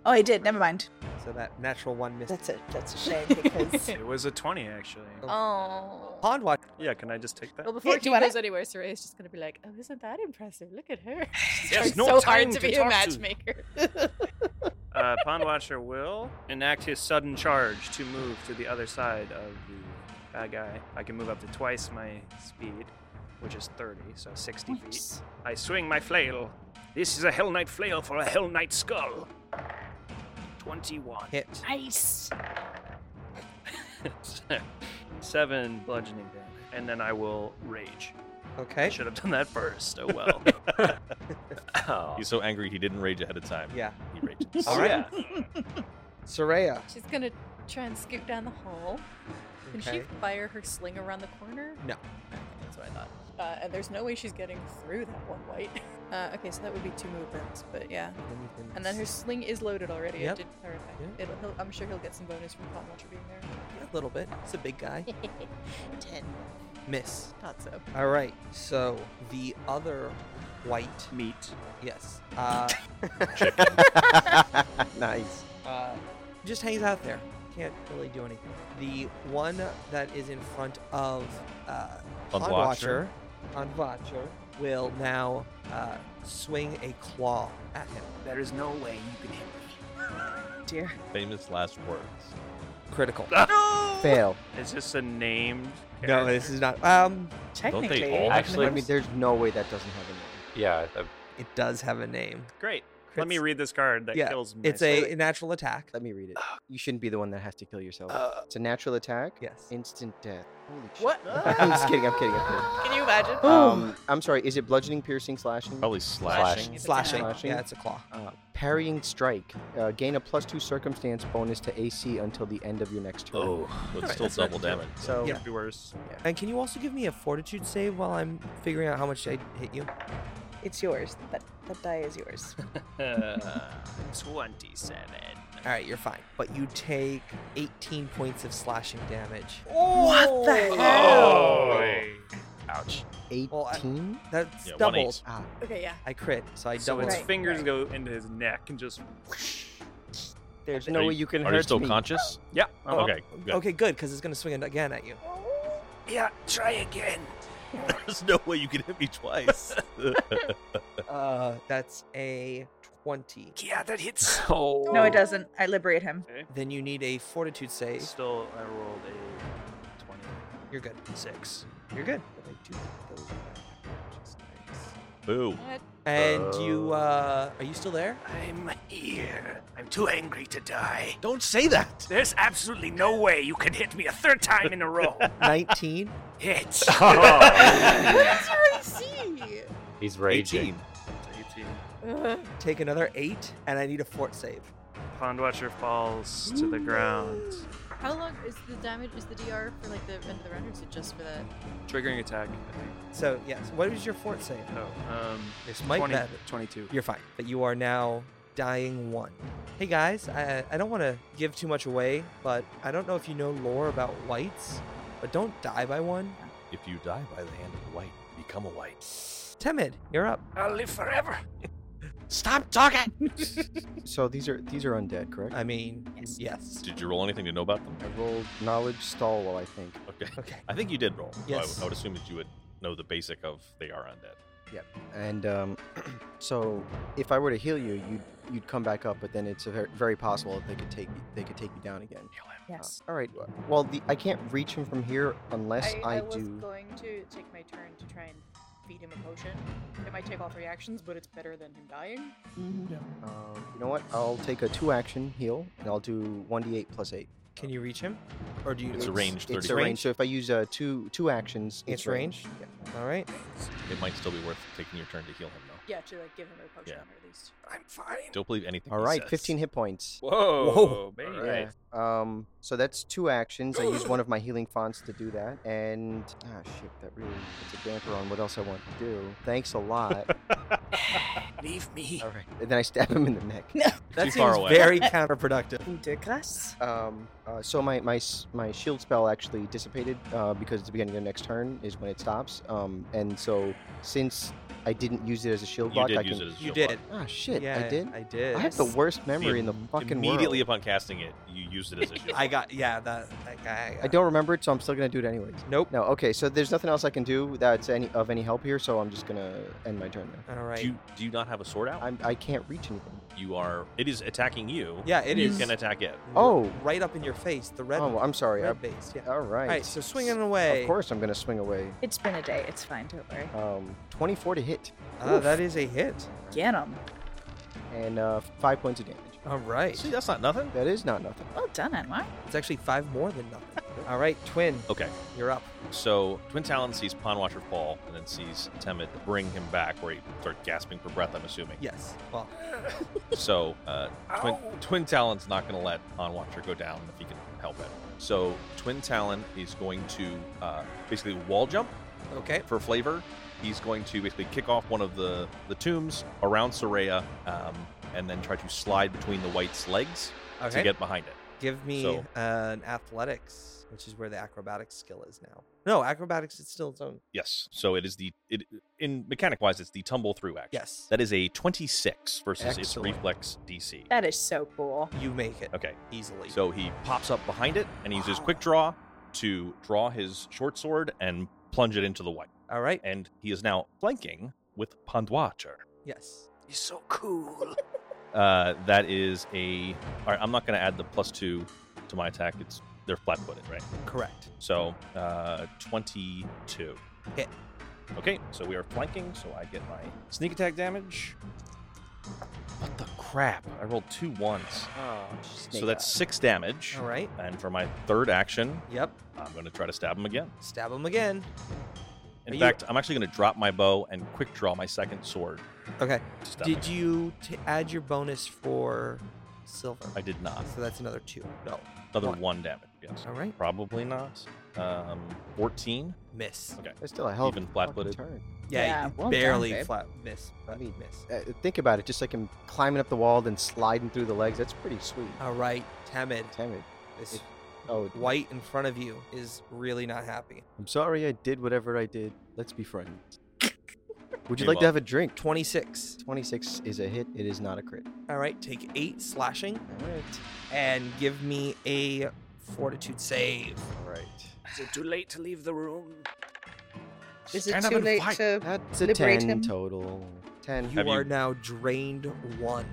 Oh, I did. Never mind.
So that natural one missed.
That's a that's a shame because
(laughs)
It was a twenty actually.
Oh.
Pond watch.
Yeah, can I just take that?
Well, before
do
he
you wanna-
goes anywhere, Saray is just going to be like, "Oh, isn't that impressive? Look at her. She's
Yes,
trying
no
so
time
hard to
to
be a
talk to.
matchmaker."
Uh, Pond Watcher will enact his sudden charge to move to the other side of the uh, guy, I can move up to twice my speed, which is 30, so 60 feet. I swing my flail. This is a Hell Knight flail for a Hell Knight skull. 21.
Hit.
Nice.
(laughs) Seven bludgeoning damage. And then I will rage. I
Okay.
should have done that first. Oh
(laughs)
well. (laughs)
Oh.
He's so angry he didn't rage ahead of time.
Yeah.
(laughs)
He rages.
All right.
Yeah.
Soraya.
She's gonna try and scoot down the hall. Can
Okay.
she fire her sling around the corner?
No.
Okay, that's what I thought. Uh, and there's no way she's getting through that one white. (laughs) Uh, okay, so that would be two movements, but yeah. And then her sling is loaded already.
Yep.
I did clarify.
Yeah.
It'll, he'll, I'm sure he'll get some bonus from Cotton Watcher being there.
A little bit. It's a big
(laughs)
guy.
Ten.
Miss.
Thought so.
All right. So the other white.
Meat.
Yes. Uh, (laughs)
(laughs) nice.
uh, just hangs out there. Can't really do anything. The one that is in front of uh,
Pond
Pondwatcher, Pondwatcher will now uh, swing a claw at him.
There is no way you can hit
Oh, Dear.
Famous last words.
Critical.
Fail.
me. Is this Ah! a named?
No, this is not. Um,
Don't
Technically.
they all
Actually,
I mean, there's no way that doesn't have a name.
Yeah. uh,
it does have a name.
Great. Let me read this card that
Yeah,
kills me.
It's a, a natural attack.
Let me read it. You shouldn't be the one that has to kill yourself.
Uh,
it's a natural attack.
Yes.
Instant death. Holy shit.
What?
(laughs) I'm just kidding. I'm kidding. I'm kidding.
Can you imagine?
Um, I'm sorry. Is it bludgeoning, piercing, slashing?
Probably slashing.
Slashing. It's a
Slashing.
slashing.
Yeah, it's a claw.
Uh, parrying strike. Uh, gain a plus two circumstance bonus to AC until the end of your next turn.
Oh, but still double damage.
So
Yeah.
Could be worse.
And can you also give me a fortitude save while I'm figuring out how much I hit you?
It's yours. That that die is
(laughs)
yours.
Twenty-seven.
All right, you're fine. But you take 18 points of slashing damage.
what the
Oh.
Oh!
ouch.
18?
Well, I- That's
Yeah, one eight.
doubles.
ah,
Okay, yeah.
I crit, so I
So
double.
its
Right,
fingers
right.
go into his neck and just.
there's
Are
no
you-
way you can
Are
hurt
you still
me. Oh,
conscious?
Yeah. uh-huh.
Okay. Good.
Okay, good, because it's gonna swing it again at you.
Yeah. Try again.
(laughs) There's no way you can hit me
(laughs)
twice. (laughs)
Uh, that's a 20.
Yeah, that (laughs) hits.
Oh.
(laughs) No, it doesn't. I liberate him.
Then you need a fortitude save.
Still, I rolled a twenty-six.
You're good. You're good. But I do get those back, which is nice.
Boo.
And you,
Oh.
uh, are you still there?
I'm here. I'm too angry to die.
Don't say that.
There's absolutely no way you can hit me a third time in a (laughs) row.
19.
Hit.
(laughs)
Oh.
That's already see.
He's raging.
18.
18.
Take another 8, and I need a fort save.
Pond Watcher falls to the ground.
How long is the damage? Is the DR for like the end of the round, or is it just for that?
Triggering attack. I
So, yes, what is your fort save?
think. Oh, um,
This might
20
matter.
22.
You're fine, but you are now dying one. Hey guys, I, I don't want to give too much away, but I don't know if you know lore about whites, but don't die by one.
If you die by the hand of a white, become a white.
Temid, you're up.
I'll live forever.
Stop talking.
So these are these are undead, correct?
I mean, yes.
Yes.
Did you roll anything to know about them?
I rolled knowledge stalwell, I think.
Okay.
Okay.
I think you did roll. So I
Yes.
would- I would assume that you would know the basic of they are undead.
And um, (clears throat) so if I were to heal you, you'd you'd come back up, but then it's a ver- very possible that they could take they could take you down again. Uh,
Yes.
all right. Well, the, I can't reach him from here unless I,
was
do.
going to take my turn to try and feed him a potion. It might take all three actions, but it's better than him dying.
Um, you know what? I'll take a two action heal, and I'll do one d8 plus eight.
Can you reach him? Or do you?
It's a range,
It's
30
a
feet.
range. So if I use uh, two two actions,
It's range?
Yeah.
All right.
It might still be worth taking your turn to heal him, though.
Yeah, to like give him a potion
Yeah.
or at least.
I'm fine.
Don't believe anything.
All
he
right,
says. (laughs)
15 hit points.
Whoa.
Whoa.
baby.
Yeah. Um. So that's two actions. I use (gasps) one of my healing fonts to do that, and ah, shit, that really puts a damper on what else I want to do. Thanks a lot.
Leave me.
All right. And then I stab him in the neck.
That
Too
seems
far away.
very counterproductive.
Coup de grâce.
Um. Uh, so my my s- my shield spell actually dissipated uh, because at the beginning of the next turn is when it stops. Um. And so since I didn't use it as a shield
You
block, I
did
can.
use it as a
You
shield
did.
Ah, shit.
yeah,
I did.
I did.
I have the worst memory in the
block.
fucking
Immediately
world.
upon casting it, you used it as a shield.
I
block.
got. Yeah. That. I, I,
I don't remember it, so I'm still gonna do it anyways.
Nope.
No, okay, so there's nothing else I can do that's any of any help here, so I'm just gonna end my turn now.
All right.
Do you, do you not have a sword out?
I'm, I can't reach anything.
you are. It is attacking you.
Yeah, it
you
is.
can attack it.
Oh,
Right up in your face, the red,
oh, I'm sorry. I-
red base. Yeah.
all right.
All right, so swinging away.
Of course, I'm gonna swing away.
It's been a day. It's fine. Don't worry.
Um, 24 to hit,
Ah, that is a hit.
Get 'em.
and uh, five points of damage.
All right.
See, that's not nothing.
That is not nothing.
Well done, Anwar.
It's actually five more than nothing. All right, twin,
Okay,
you're up.
so Twin Talon sees Pond Watcher fall, and then sees Temet bring him back, where he starts gasping for breath. I'm assuming.
Yes. Well,
So uh, Twin, Twin Talon's not going to let On Watcher go down if he can help it. So Twin Talon is going to uh, basically wall jump
okay.
for flavor. He's going to basically kick off one of the, the tombs around Soraya um, and then try to slide between the white's legs
Okay.
to get behind it.
Give me uh,
So-
an athletics, which is where the acrobatics skill is now. No, acrobatics is still its own.
Yes. So it is the it in mechanic wise it's the tumble through action.
Yes.
That is a 26 versus its
Excellent.
reflex DC.
That is so cool.
You make it
Okay.
easily.
So he pops up behind it and he uses quick draw to draw his short sword and plunge it into the white.
All right.
And he is now flanking with Pondwatcher.
Yes.
He's so cool.
Uh, that is a. All right, I'm not going to add the plus two to my attack. It's they're flat-footed, right?
Correct.
So uh, 22
Hit.
Okay, so we are flanking, so I get my sneak attack damage. What the crap? I rolled two ones,
Oh,
so that's six damage.
All right.
And for my third action,
Yep.
I'm going to try to stab him again.
Stab him again.
In
Are you-
fact, I'm actually going to drop my bow and quick draw my second sword.
Okay.
to stab him.
Did you t- add your bonus for silver?
I did not.
So that's another two. No.
Another
One.
one damage. Yes.
All right.
Probably not. Um, 14.
Miss.
that's still a hell of
Even
a fucking
flat-footed?
turn.
Yeah.
Yeah,
you
well done,
barely
babe.
flat miss, but
I mean-
miss.
Uh, think about it. Just like him climbing up the wall, then sliding through the legs. That's pretty sweet.
All right, Temid.
Damn it.
This
it- Oh, it-
white in front of you is really not happy.
I'm sorry I did whatever I did. Let's be
(laughs)
friends. Would you
Hey,
like to
Mom.
have a drink?
26.
26 is a hit. It is not a crit.
All right, take eight slashing
All right.
and give me a fortitude save.
All right.
Is it too late to leave the room?
Is it too late to?
That's a
Liberate
10
him.
total. 10.
You
Have
are
you-
now drained one.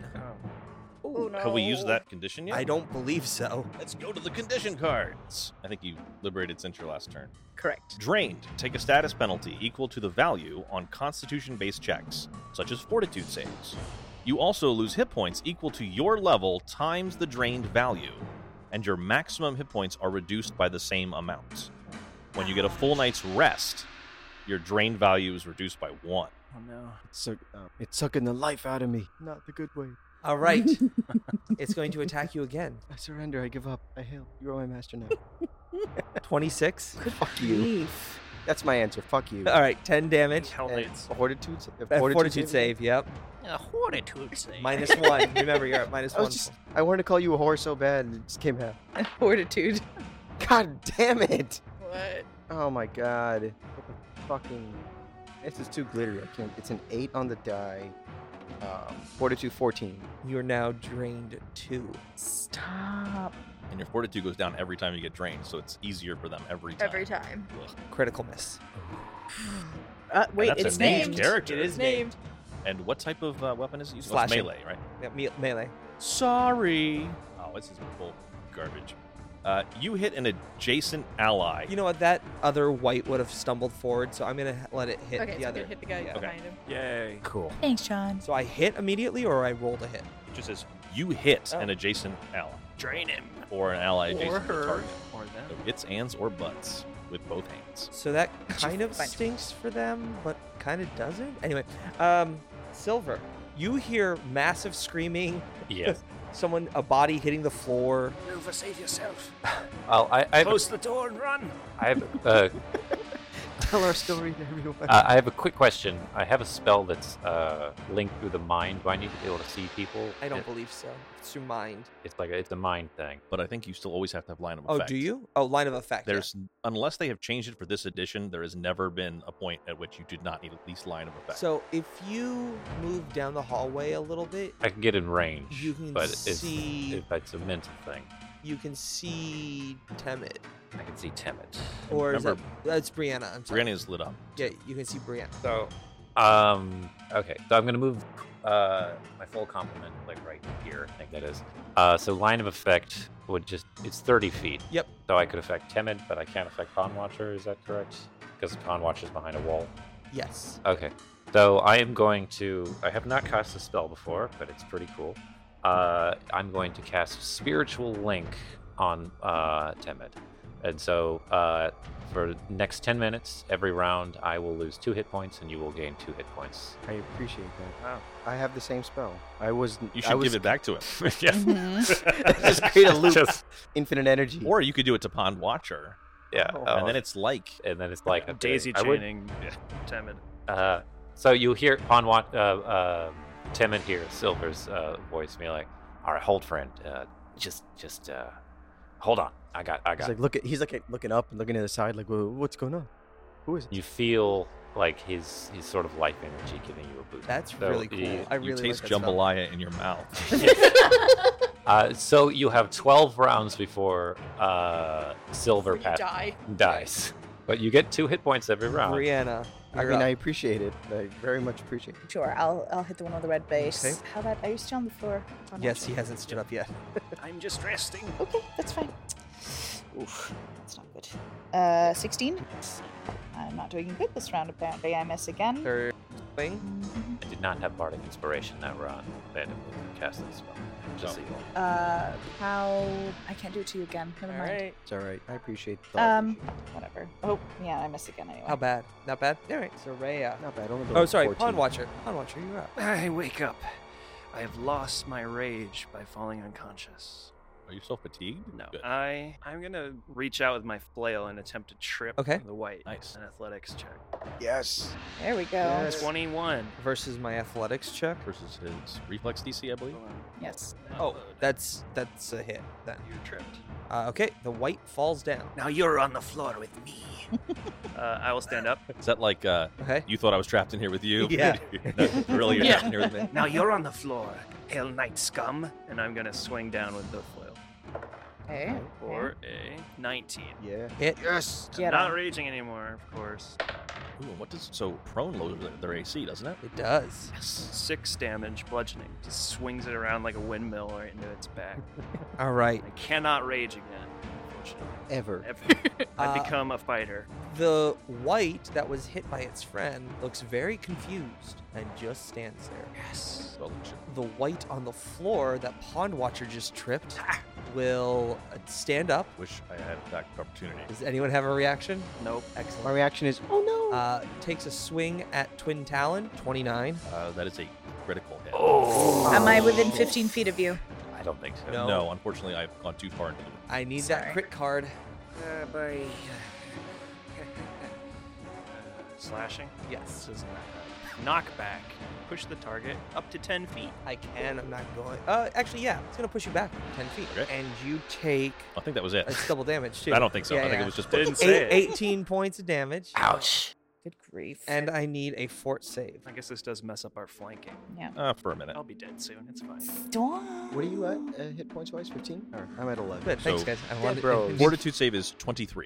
Oh no.
Have we used that condition yet?
I don't believe so.
Let's go to the condition cards. I think you liberated since your last turn.
Correct.
Drained. Take a status penalty equal to the value on constitution based checks, such as fortitude saves. You also lose hit points equal to your level times the drained value, and your maximum hit points are reduced by the same amount. When you get a full night's rest, your drained value is reduced by one.
Oh no.
It's, suck- uh, it's sucking the life out of me. Not the good way.
All right, it's going to attack you again.
I surrender. I give up. I hail. You are my master
(laughs)
now.
26.
Fuck you. That's my answer. Fuck you.
All right, 10 damage.
Hell
And
it's-
fortitude, s-
A
fortitude,
fortitude
saving?
save, yep.
A hortitude thing.
Minus one. Remember, you're at minus
(laughs) I
one.
was just. I wanted to call you a whore so bad, and it just came out.
(laughs)
(laughs)
Fortitude.
God damn it!
What?
Oh my god. What the fucking. This is too glittery. I can't. It's an 8 on the die. Um, fortitude 14.
You're now drained two.
Stop.
And your fortitude goes down every time you get drained, so it's easier for them every time.
Every time.
Critical miss.
Uh,
And
wait,
that's
it's
a named,
named.
character.
named.
And what type of uh, weapon is it? using?
Slashing.
melee, right?
Yeah, me- melee.
Sorry. Oh, this is full garbage. Uh, you hit an adjacent ally.
You know what? That other white would have stumbled forward, so I'm going to let it hit
Okay,
the
so
other.
hit the guy
Yeah.
behind him.
Yay.
Cool.
Thanks, John.
So I hit immediately or I rolled a hit?
it just says you hit
Oh.
an adjacent ally
Drain him.
or an ally adjacent to the
her.
target.
Or them.
So it's ands or butts with both hands.
So that kind of
Fine.
stinks for them, but kind of doesn't. Anyway, um, Silver, you hear massive screaming,
Yes.
someone, a body hitting the floor.
Nova, save yourself.
Well, I, I have a,
Close the door and run.
I have a,
(laughs) Tell our story to everyone.
uh, I have a quick question. I have a spell that's uh, linked through the mind. Do I need to be able to see people?
I don't
It-
believe so. It's through mind.
It's like a, it's a mind thing.
But I think you still always have to have line of
Oh,
effect.
do you? Oh, line of effect. yeah.
There's unless they have changed it for this edition, there has never been a point at which you did not need at least line of effect.
So if you move down the hallway a little bit,
I can get in range,
You can
but
see-
it's, it's a mental thing.
you can see Temid.
I can see Timid.
Or is that,
remember-
that's Brianna. I'm sorry.
Brianna is lit up.
Yeah, you can see Brianna.
So, um, okay. So I'm gonna move uh, my full complement, like right here, I think that is. Uh, so line of effect would just, it's 30 feet.
Yep.
So I could affect Timid, but I can't affect Con Watcher, is that correct? Because Con Watcher's behind a wall.
Yes.
Okay. So I am going to, I have not cast a spell before, but it's pretty cool. Uh, I'm going to cast Spiritual Link on uh, Temid. And so uh, for the next 10 minutes, every round, I will lose two hit points and you will gain two hit points.
I appreciate that.
Wow.
I have the same spell. I was.
You
I
should
was,
give it back to him. (laughs)
(laughs)
yeah.
Mm-hmm.
just create a
(laughs)
loop.
Just-
Infinite energy.
Or you could do it to Pond Watcher,
yeah. Oh.
and then it's like
and then it's like okay,
Oh. Daisy
I would-
chaining Temid.
Uh, so you hear Ponwat, uh, uh, Timid here, Silver's uh, voice, me like, "All right, hold, friend. Uh, just, just uh, hold on. I got, I
He's
got."
like look at. He's like looking up and looking to the side. Like, "Whoa, what's going on? Who is it?
you feel like his his sort of life energy giving you a boost.
That's
So
really cool.
you-
I
you
really
taste
like that stuff.
jambalaya in your
(laughs)
mouth.
uh, so you have twelve rounds before uh, Silver
Before you
Pat
die.
dies, but you get two hit points every round.
Brianna,
I
you're
mean,
up.
I appreciate it. I very much appreciate it.
Sure, I'll I'll hit the one with the red base. How about are you still on the floor? I'm not
yes, he
sure.
hasn't stood up
(laughs)
yet.
I'm just resting.
Okay, that's fine. Oof, that's not good. Uh, 16. I'm not doing good this round. Apparently, I miss again. Mm-hmm.
Third thing.
I did not have bardic inspiration that round. I had to cast that spell. Just so you all-
Uh, how? I can't do it to you again. Never mind.
It's all right. I appreciate the thought.
Um, whatever. Oh, yeah, I miss again anyway.
How bad? Not bad. All right. So Raya.
Not bad. Only
Oh, sorry.
14.
Pond Watcher. Pond Watcher, you're up.
I wake up. I have lost my rage by falling unconscious.
Are you so fatigued?
No,
Good.
I I'm gonna reach out with my flail and attempt to trip
Okay.
the white.
Nice.
An athletics check.
Yes.
There we go.
Yes.
Twenty-one.
Versus my athletics check.
Versus his reflex DC, I believe.
Yes.
Oh, that's that's a hit then.
you tripped.
Uh, okay, the white falls down.
Now you're on the floor with me. (laughs) uh, I will
(laughs)
stand up.
Is that like uh,
Okay.
you thought I was trapped in here with you?
(laughs) Yeah.
no,
(laughs)
really, (laughs) you're
Yeah.
trapped in here with me.
Now you're on the floor, Hell Knight scum. And I'm gonna swing down with the flail.
Okay.
For a 19.
Yeah.
Hit.
Yes.
Get
Not
him.
raging anymore, of course.
Ooh, what does so prone load their, their AC, doesn't it?
It does.
Six damage, bludgeoning. Just swings it around like a windmill right into its back.
All right.
I cannot rage again, unfortunately.
Ever.
Ever. I
Uh,
become a fighter.
The white that was hit by its friend looks very confused and just stands there.
Yes.
Well, shit.
The white on the floor that Pond Watcher just tripped
Ah.
will uh, stand up.
Wish I had that opportunity.
Does anyone have a reaction?
Nope.
My
Excellent.
reaction is, oh no.
Uh, takes a swing at Twin Talon, 29.
Uh, that is a critical hit.
Oh,
Am I within 15 feet of you?
I don't think so.
No.
No, unfortunately, I've gone too far into the
I need that
Sorry.
crit card.
Uh, by. slashing.
Yes.
Knockback. Push the target up to 10 feet.
I can. I'm not going. Uh, actually, yeah, it's gonna push you back 10 feet,
Okay.
and you take.
I think that was it.
It's double damage too.
(laughs) I don't think so.
Yeah,
I think
yeah.
it was just
Didn't say
Eight,
(laughs)
it.
18 points of damage,
Ouch.
Good grief.
and I need a fort save.
I guess this does mess up our flanking.
uh, for a minute.
I'll be dead soon. It's fine.
Dawn.
What are you at? Uh, hit points wise, 15. Or I'm at 11.
Good. Thanks,
So-
guys. I wanted
bro.
it-
Fortitude save is 23.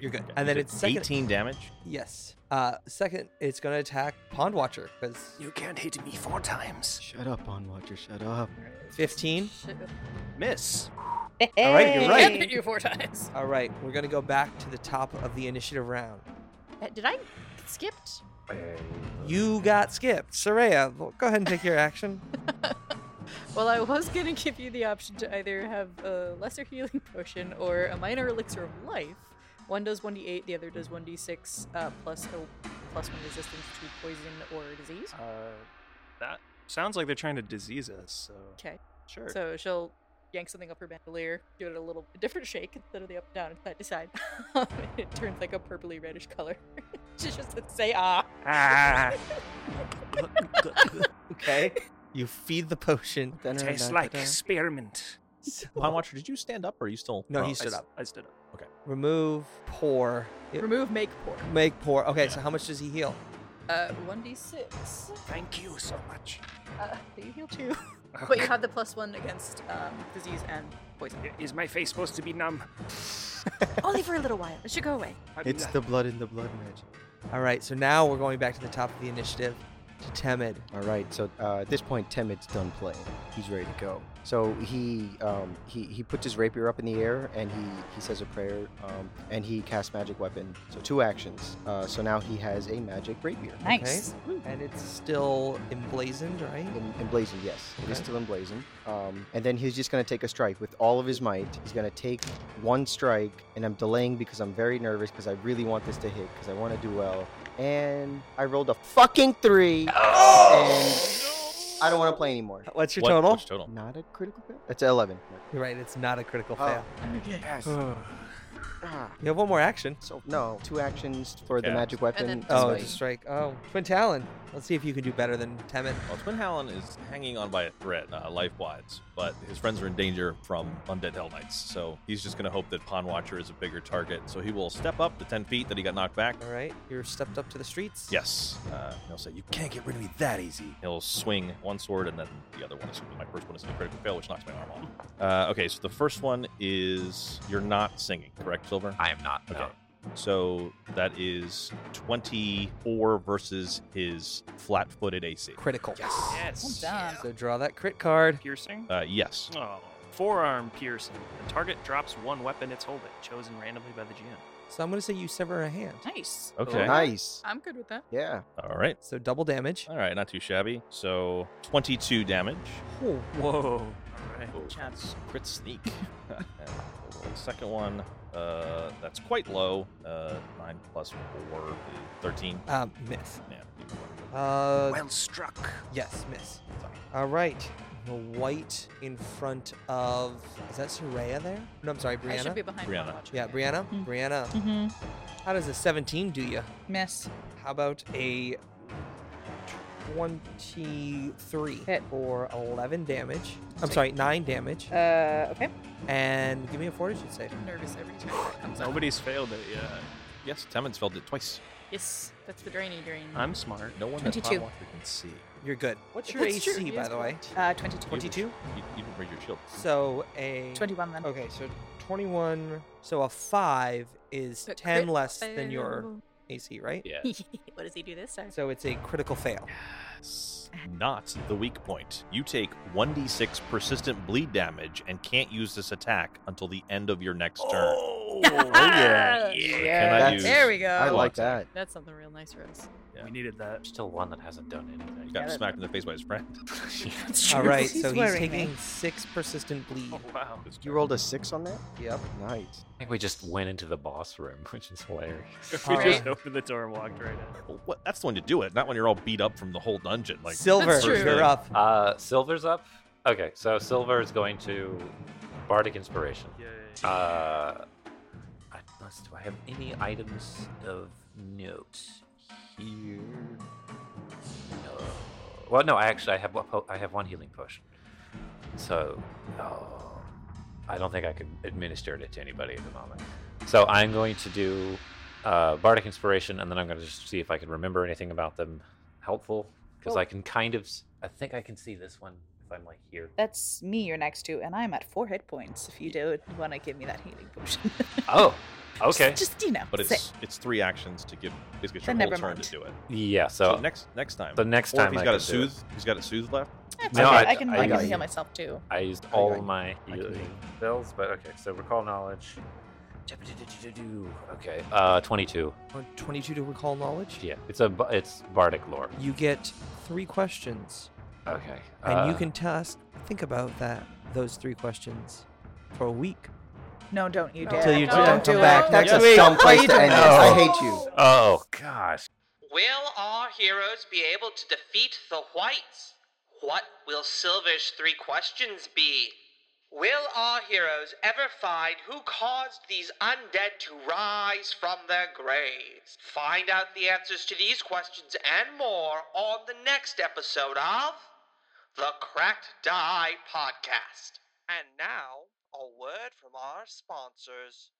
Oh, You're good. And then
Is it
it's second-
18 damage.
Yes. Uh, second, it's gonna attack Pond Watcher because
You can't hit me four times.
Shut up, on Watcher. Shut up.
15.
Miss.
All right, you're
I've
right.
hit you four times.
All right, we're gonna go back to the top of the initiative round.
Uh, Did I get skipped?
You got skipped, Soraya. Go ahead and take your action.
(laughs)
(laughs)
Well, I was gonna give you the option to either have a lesser healing potion or a minor elixir of life. One does 1d8, the other does 1d6 uh, plus a plus one resistance to poison or disease.
Uh, that sounds like they're trying to disease us. So.
'Kay.
Sure.
So she'll yank something up her bandolier, give it a little a different shake instead of the up down and side to side. (laughs) And it turns like a purpley reddish color. (laughs) she just would say ah.
(laughs) ah,
Okay. You feed the potion. (laughs)
tastes like spearmint.
Pond Watcher, did you stand up or are you still?
No,
prone?
he stood
I, s-
up.
I stood up.
Remove pour. It-
Remove make pour.
Make pour. Okay, so how much does he heal?
Uh, 1d6.
Thank you so much.
Uh, you heal two. (laughs) but you have the plus one against um, disease and poison.
Is my face supposed to be numb?
Only for a little while. It should go away.
I'm
It's
not-
the blood in the blood magic.
All right, so now we're going back to the top of the initiative. to Temid.
All right. So uh, at this point, Temid's done playing. He's ready to go. So he um, he he puts his rapier up in the air and he he says a prayer um, and he casts magic weapon. So two actions. Uh, so now he has a magic rapier.
Nice.
And it's still emblazoned, right?
En- emblazoned, yes. It is
Okay.
still emblazoned. Um, and then he's just going to take a strike with all of his might. He's going to take one strike, and I'm delaying because I'm very nervous because I really want this to hit because I want to do well. And I rolled a fucking three, and I don't want to play anymore.
What's your
What-
total?
what's total?
Not a critical fail. That's an 11.
You're right. It's not a critical
Oh.
fail.
Okay.
Yes.
uh,
(sighs)
Ah,
You have one more action.
so no, two actions for the
Yeah.
magic weapon.
then-
Oh,
Right.
it's a strike. Oh, Twin Talon. Let's see if you can do better than Temid.
Well, Twin Hallen is hanging on by a thread, uh, life-wise, but his friends are in danger from undead Hell Knights, so he's just going to hope that Pawn Watcher is a bigger target. So he will step up the 10 feet that he got knocked back.
All right. You're stepped up to the streets.
Yes. Uh, and he'll say, You can't get rid of me that easy. He'll swing one sword, and then the other one is my first one is a critical fail, which knocks my arm off. Uh, okay, so the first one is You're not singing, correct, Silver?
I am not.
Okay.
No.
So that is 24 versus his flat footed AC.
Critical.
Yes.
Well done.
So draw that crit card.
Piercing.
Uh, yes.
Oh, forearm piercing. The target drops one weapon it's holding, chosen randomly by the GM.
So I'm going to say you sever a hand.
Nice.
Okay.
Nice.
I'm good with that.
Yeah.
Oh.
All right.
So double damage.
All right, not too shabby. So 22 damage.
Whoa. All right.
Chance. Crit sneak. (laughs) and we'll roll the second one, uh, that's quite low. Uh, 9 plus 4 is 13.
Um, miss.
Yeah. even lower.
Uh,
Well struck.
yes, miss. All right. The white in front of. Is that Soraya there? No, I'm sorry,
I should
Brianna.
be behind
Brianna.
Pawn Watcher.
yeah, Brianna.
Mm.
Brianna.
Mm-hmm.
How does a 17 do you?
Miss.
How about a 23
Hit.
for 11 damage? I'm sorry, 9 damage.
Uh, okay.
And give me a fortitude save.
I'm nervous every time it comes up.
Nobody's failed it yet.
Yes, Temmin's felled it twice.
Yes, that's the drainy drain.
I'm smart.
No one that
22.
Pawn Watcher can see.
You're good. What's your
That's true,
AC,
he
by
is
the way?
correct.
Uh, 22.
You didn't-
22?
You, you didn't raise your shield.
So a.
21 then.
Okay, so 21. So a 5 is
But
10
crit
less than your
fail.
AC, right?
Yeah.
what does he do this time?
So it's a critical fail.
Yes. Not the weak point. You take 1d6 persistent bleed damage and can't use this attack until the end of your next turn.
Oh,
Oh.
Oh,
yeah.
Can I
That's-
use-
there we go.
I like
Lots of-
that.
That's something real nice for us.
Yeah.
We needed that.
Still one that hasn't done
He
anything.
got smacked in the face by his friend.
(laughs)
That's
All
true.
right,
He's
so he's
worrying me.
taking 6 persistent bleed.
Oh, wow.
You rolled a six on that.
Yep.
Nice.
I think we just went into the boss room, (laughs) which is hilarious.
We
All
just
right.
opened the door and walked right in.
Well, what? That's the one to do it, not when you're all beat up from the whole dungeon. Like
Silver,
That's true.
you're up.
Uh, Silver's up. Okay, so Silver is going to Bardic Inspiration.
Yay.
Uh, I must. Do I have any items of note here? No. Well, no. I actually I have one. po- I have one healing potion. So, oh, I don't think I could administer it to anybody at the moment. So I'm going to do uh, bardic inspiration, and then I'm going to just see if I can remember anything about them helpful because I can kind of. s- I think I can see this one if I'm like here.
(laughs) That's me you're next to, and I'm at four hit points if you do want to give me that healing potion. (laughs)
Oh, okay.
Just, just, you know.
But
say-
it's it's three actions to give basically
Then
your whole
never
turn
mind.
to do it.
Yeah.
So,
So
next next time.
the next
or
time
if he's
I
got
can
a
do it.
soothe, he's got a soothe left.
That's
No,
okay.
I-
I, can,
I
I,
got
can
you.
heal myself too.
I used
I
all
got
my
I got
healing
you.
spells, but okay. So recall knowledge. Okay, uh, twenty-two.
22 to recall knowledge.
Yeah, it's a ba- it's bardic lore.
You get 3 questions.
Okay,
And you
uh,
can tell us, think about that, those three questions for a week.
No, don't you dare.
Until you
don't
come
do it.
back
That's
next
a
week.
dumb place to end this. I
No.
hate you.
Oh gosh.
Will our heroes be able to defeat the Whites? What will Silver's three questions be? Will our heroes ever find who caused these undead to rise from their graves? Find out the answers to these questions and more on the next episode of the Cracked Die Podcast. And now, a word from our sponsors.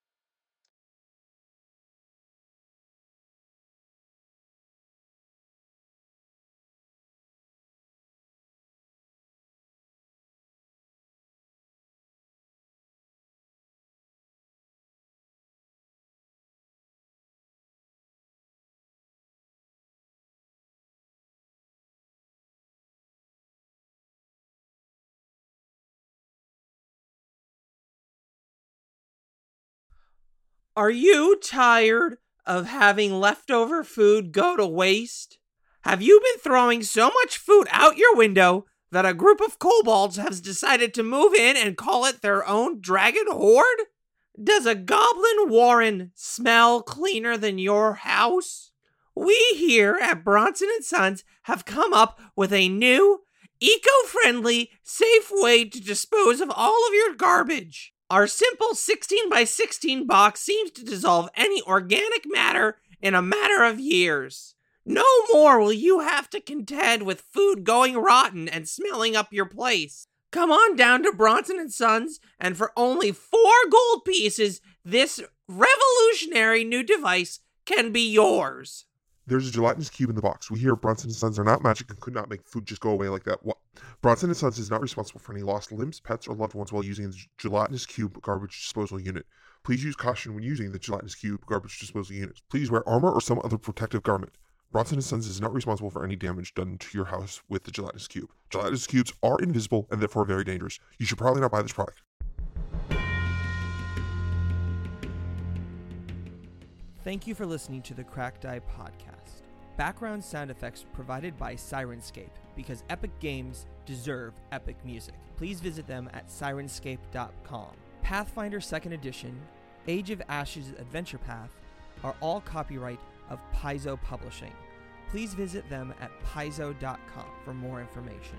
Are you tired of having leftover food go to waste? Have you been throwing so much food out your window that a group of kobolds has decided to move in and call it their own dragon horde? Does a goblin warren smell cleaner than your house? We here at Bronson and Sons have come up with a new, eco-friendly, safe way to dispose of all of your garbage. Our simple 16 by 16 box seems to dissolve any organic matter in a matter of years. No more will you have to contend with food going rotten and smelling up your place. Come on down to Bronson and Sons, and for only four gold pieces, this revolutionary new device can be yours.
There's a gelatinous cube in the box. We hear Bronson and Sons are not magic and could not make food just go away like that. What? Bronson and Sons is not responsible for any lost limbs, pets, or loved ones while using the gelatinous cube garbage disposal unit. Please use caution when using the gelatinous cube garbage disposal unit. Please wear armor or some other protective garment. Bronson and Sons is not responsible for any damage done to your house with the gelatinous cube. Gelatinous cubes are invisible and therefore very dangerous. You should probably not buy this product.
Thank you for listening to the Cracked Eye podcast. Background sound effects provided by Sirenscape because epic games deserve epic music. Please visit them at sirenscape.com. Pathfinder 2nd Edition, Age of Ashes Adventure Path are all copyright of Paizo Publishing. Please visit them at paizo.com for more information.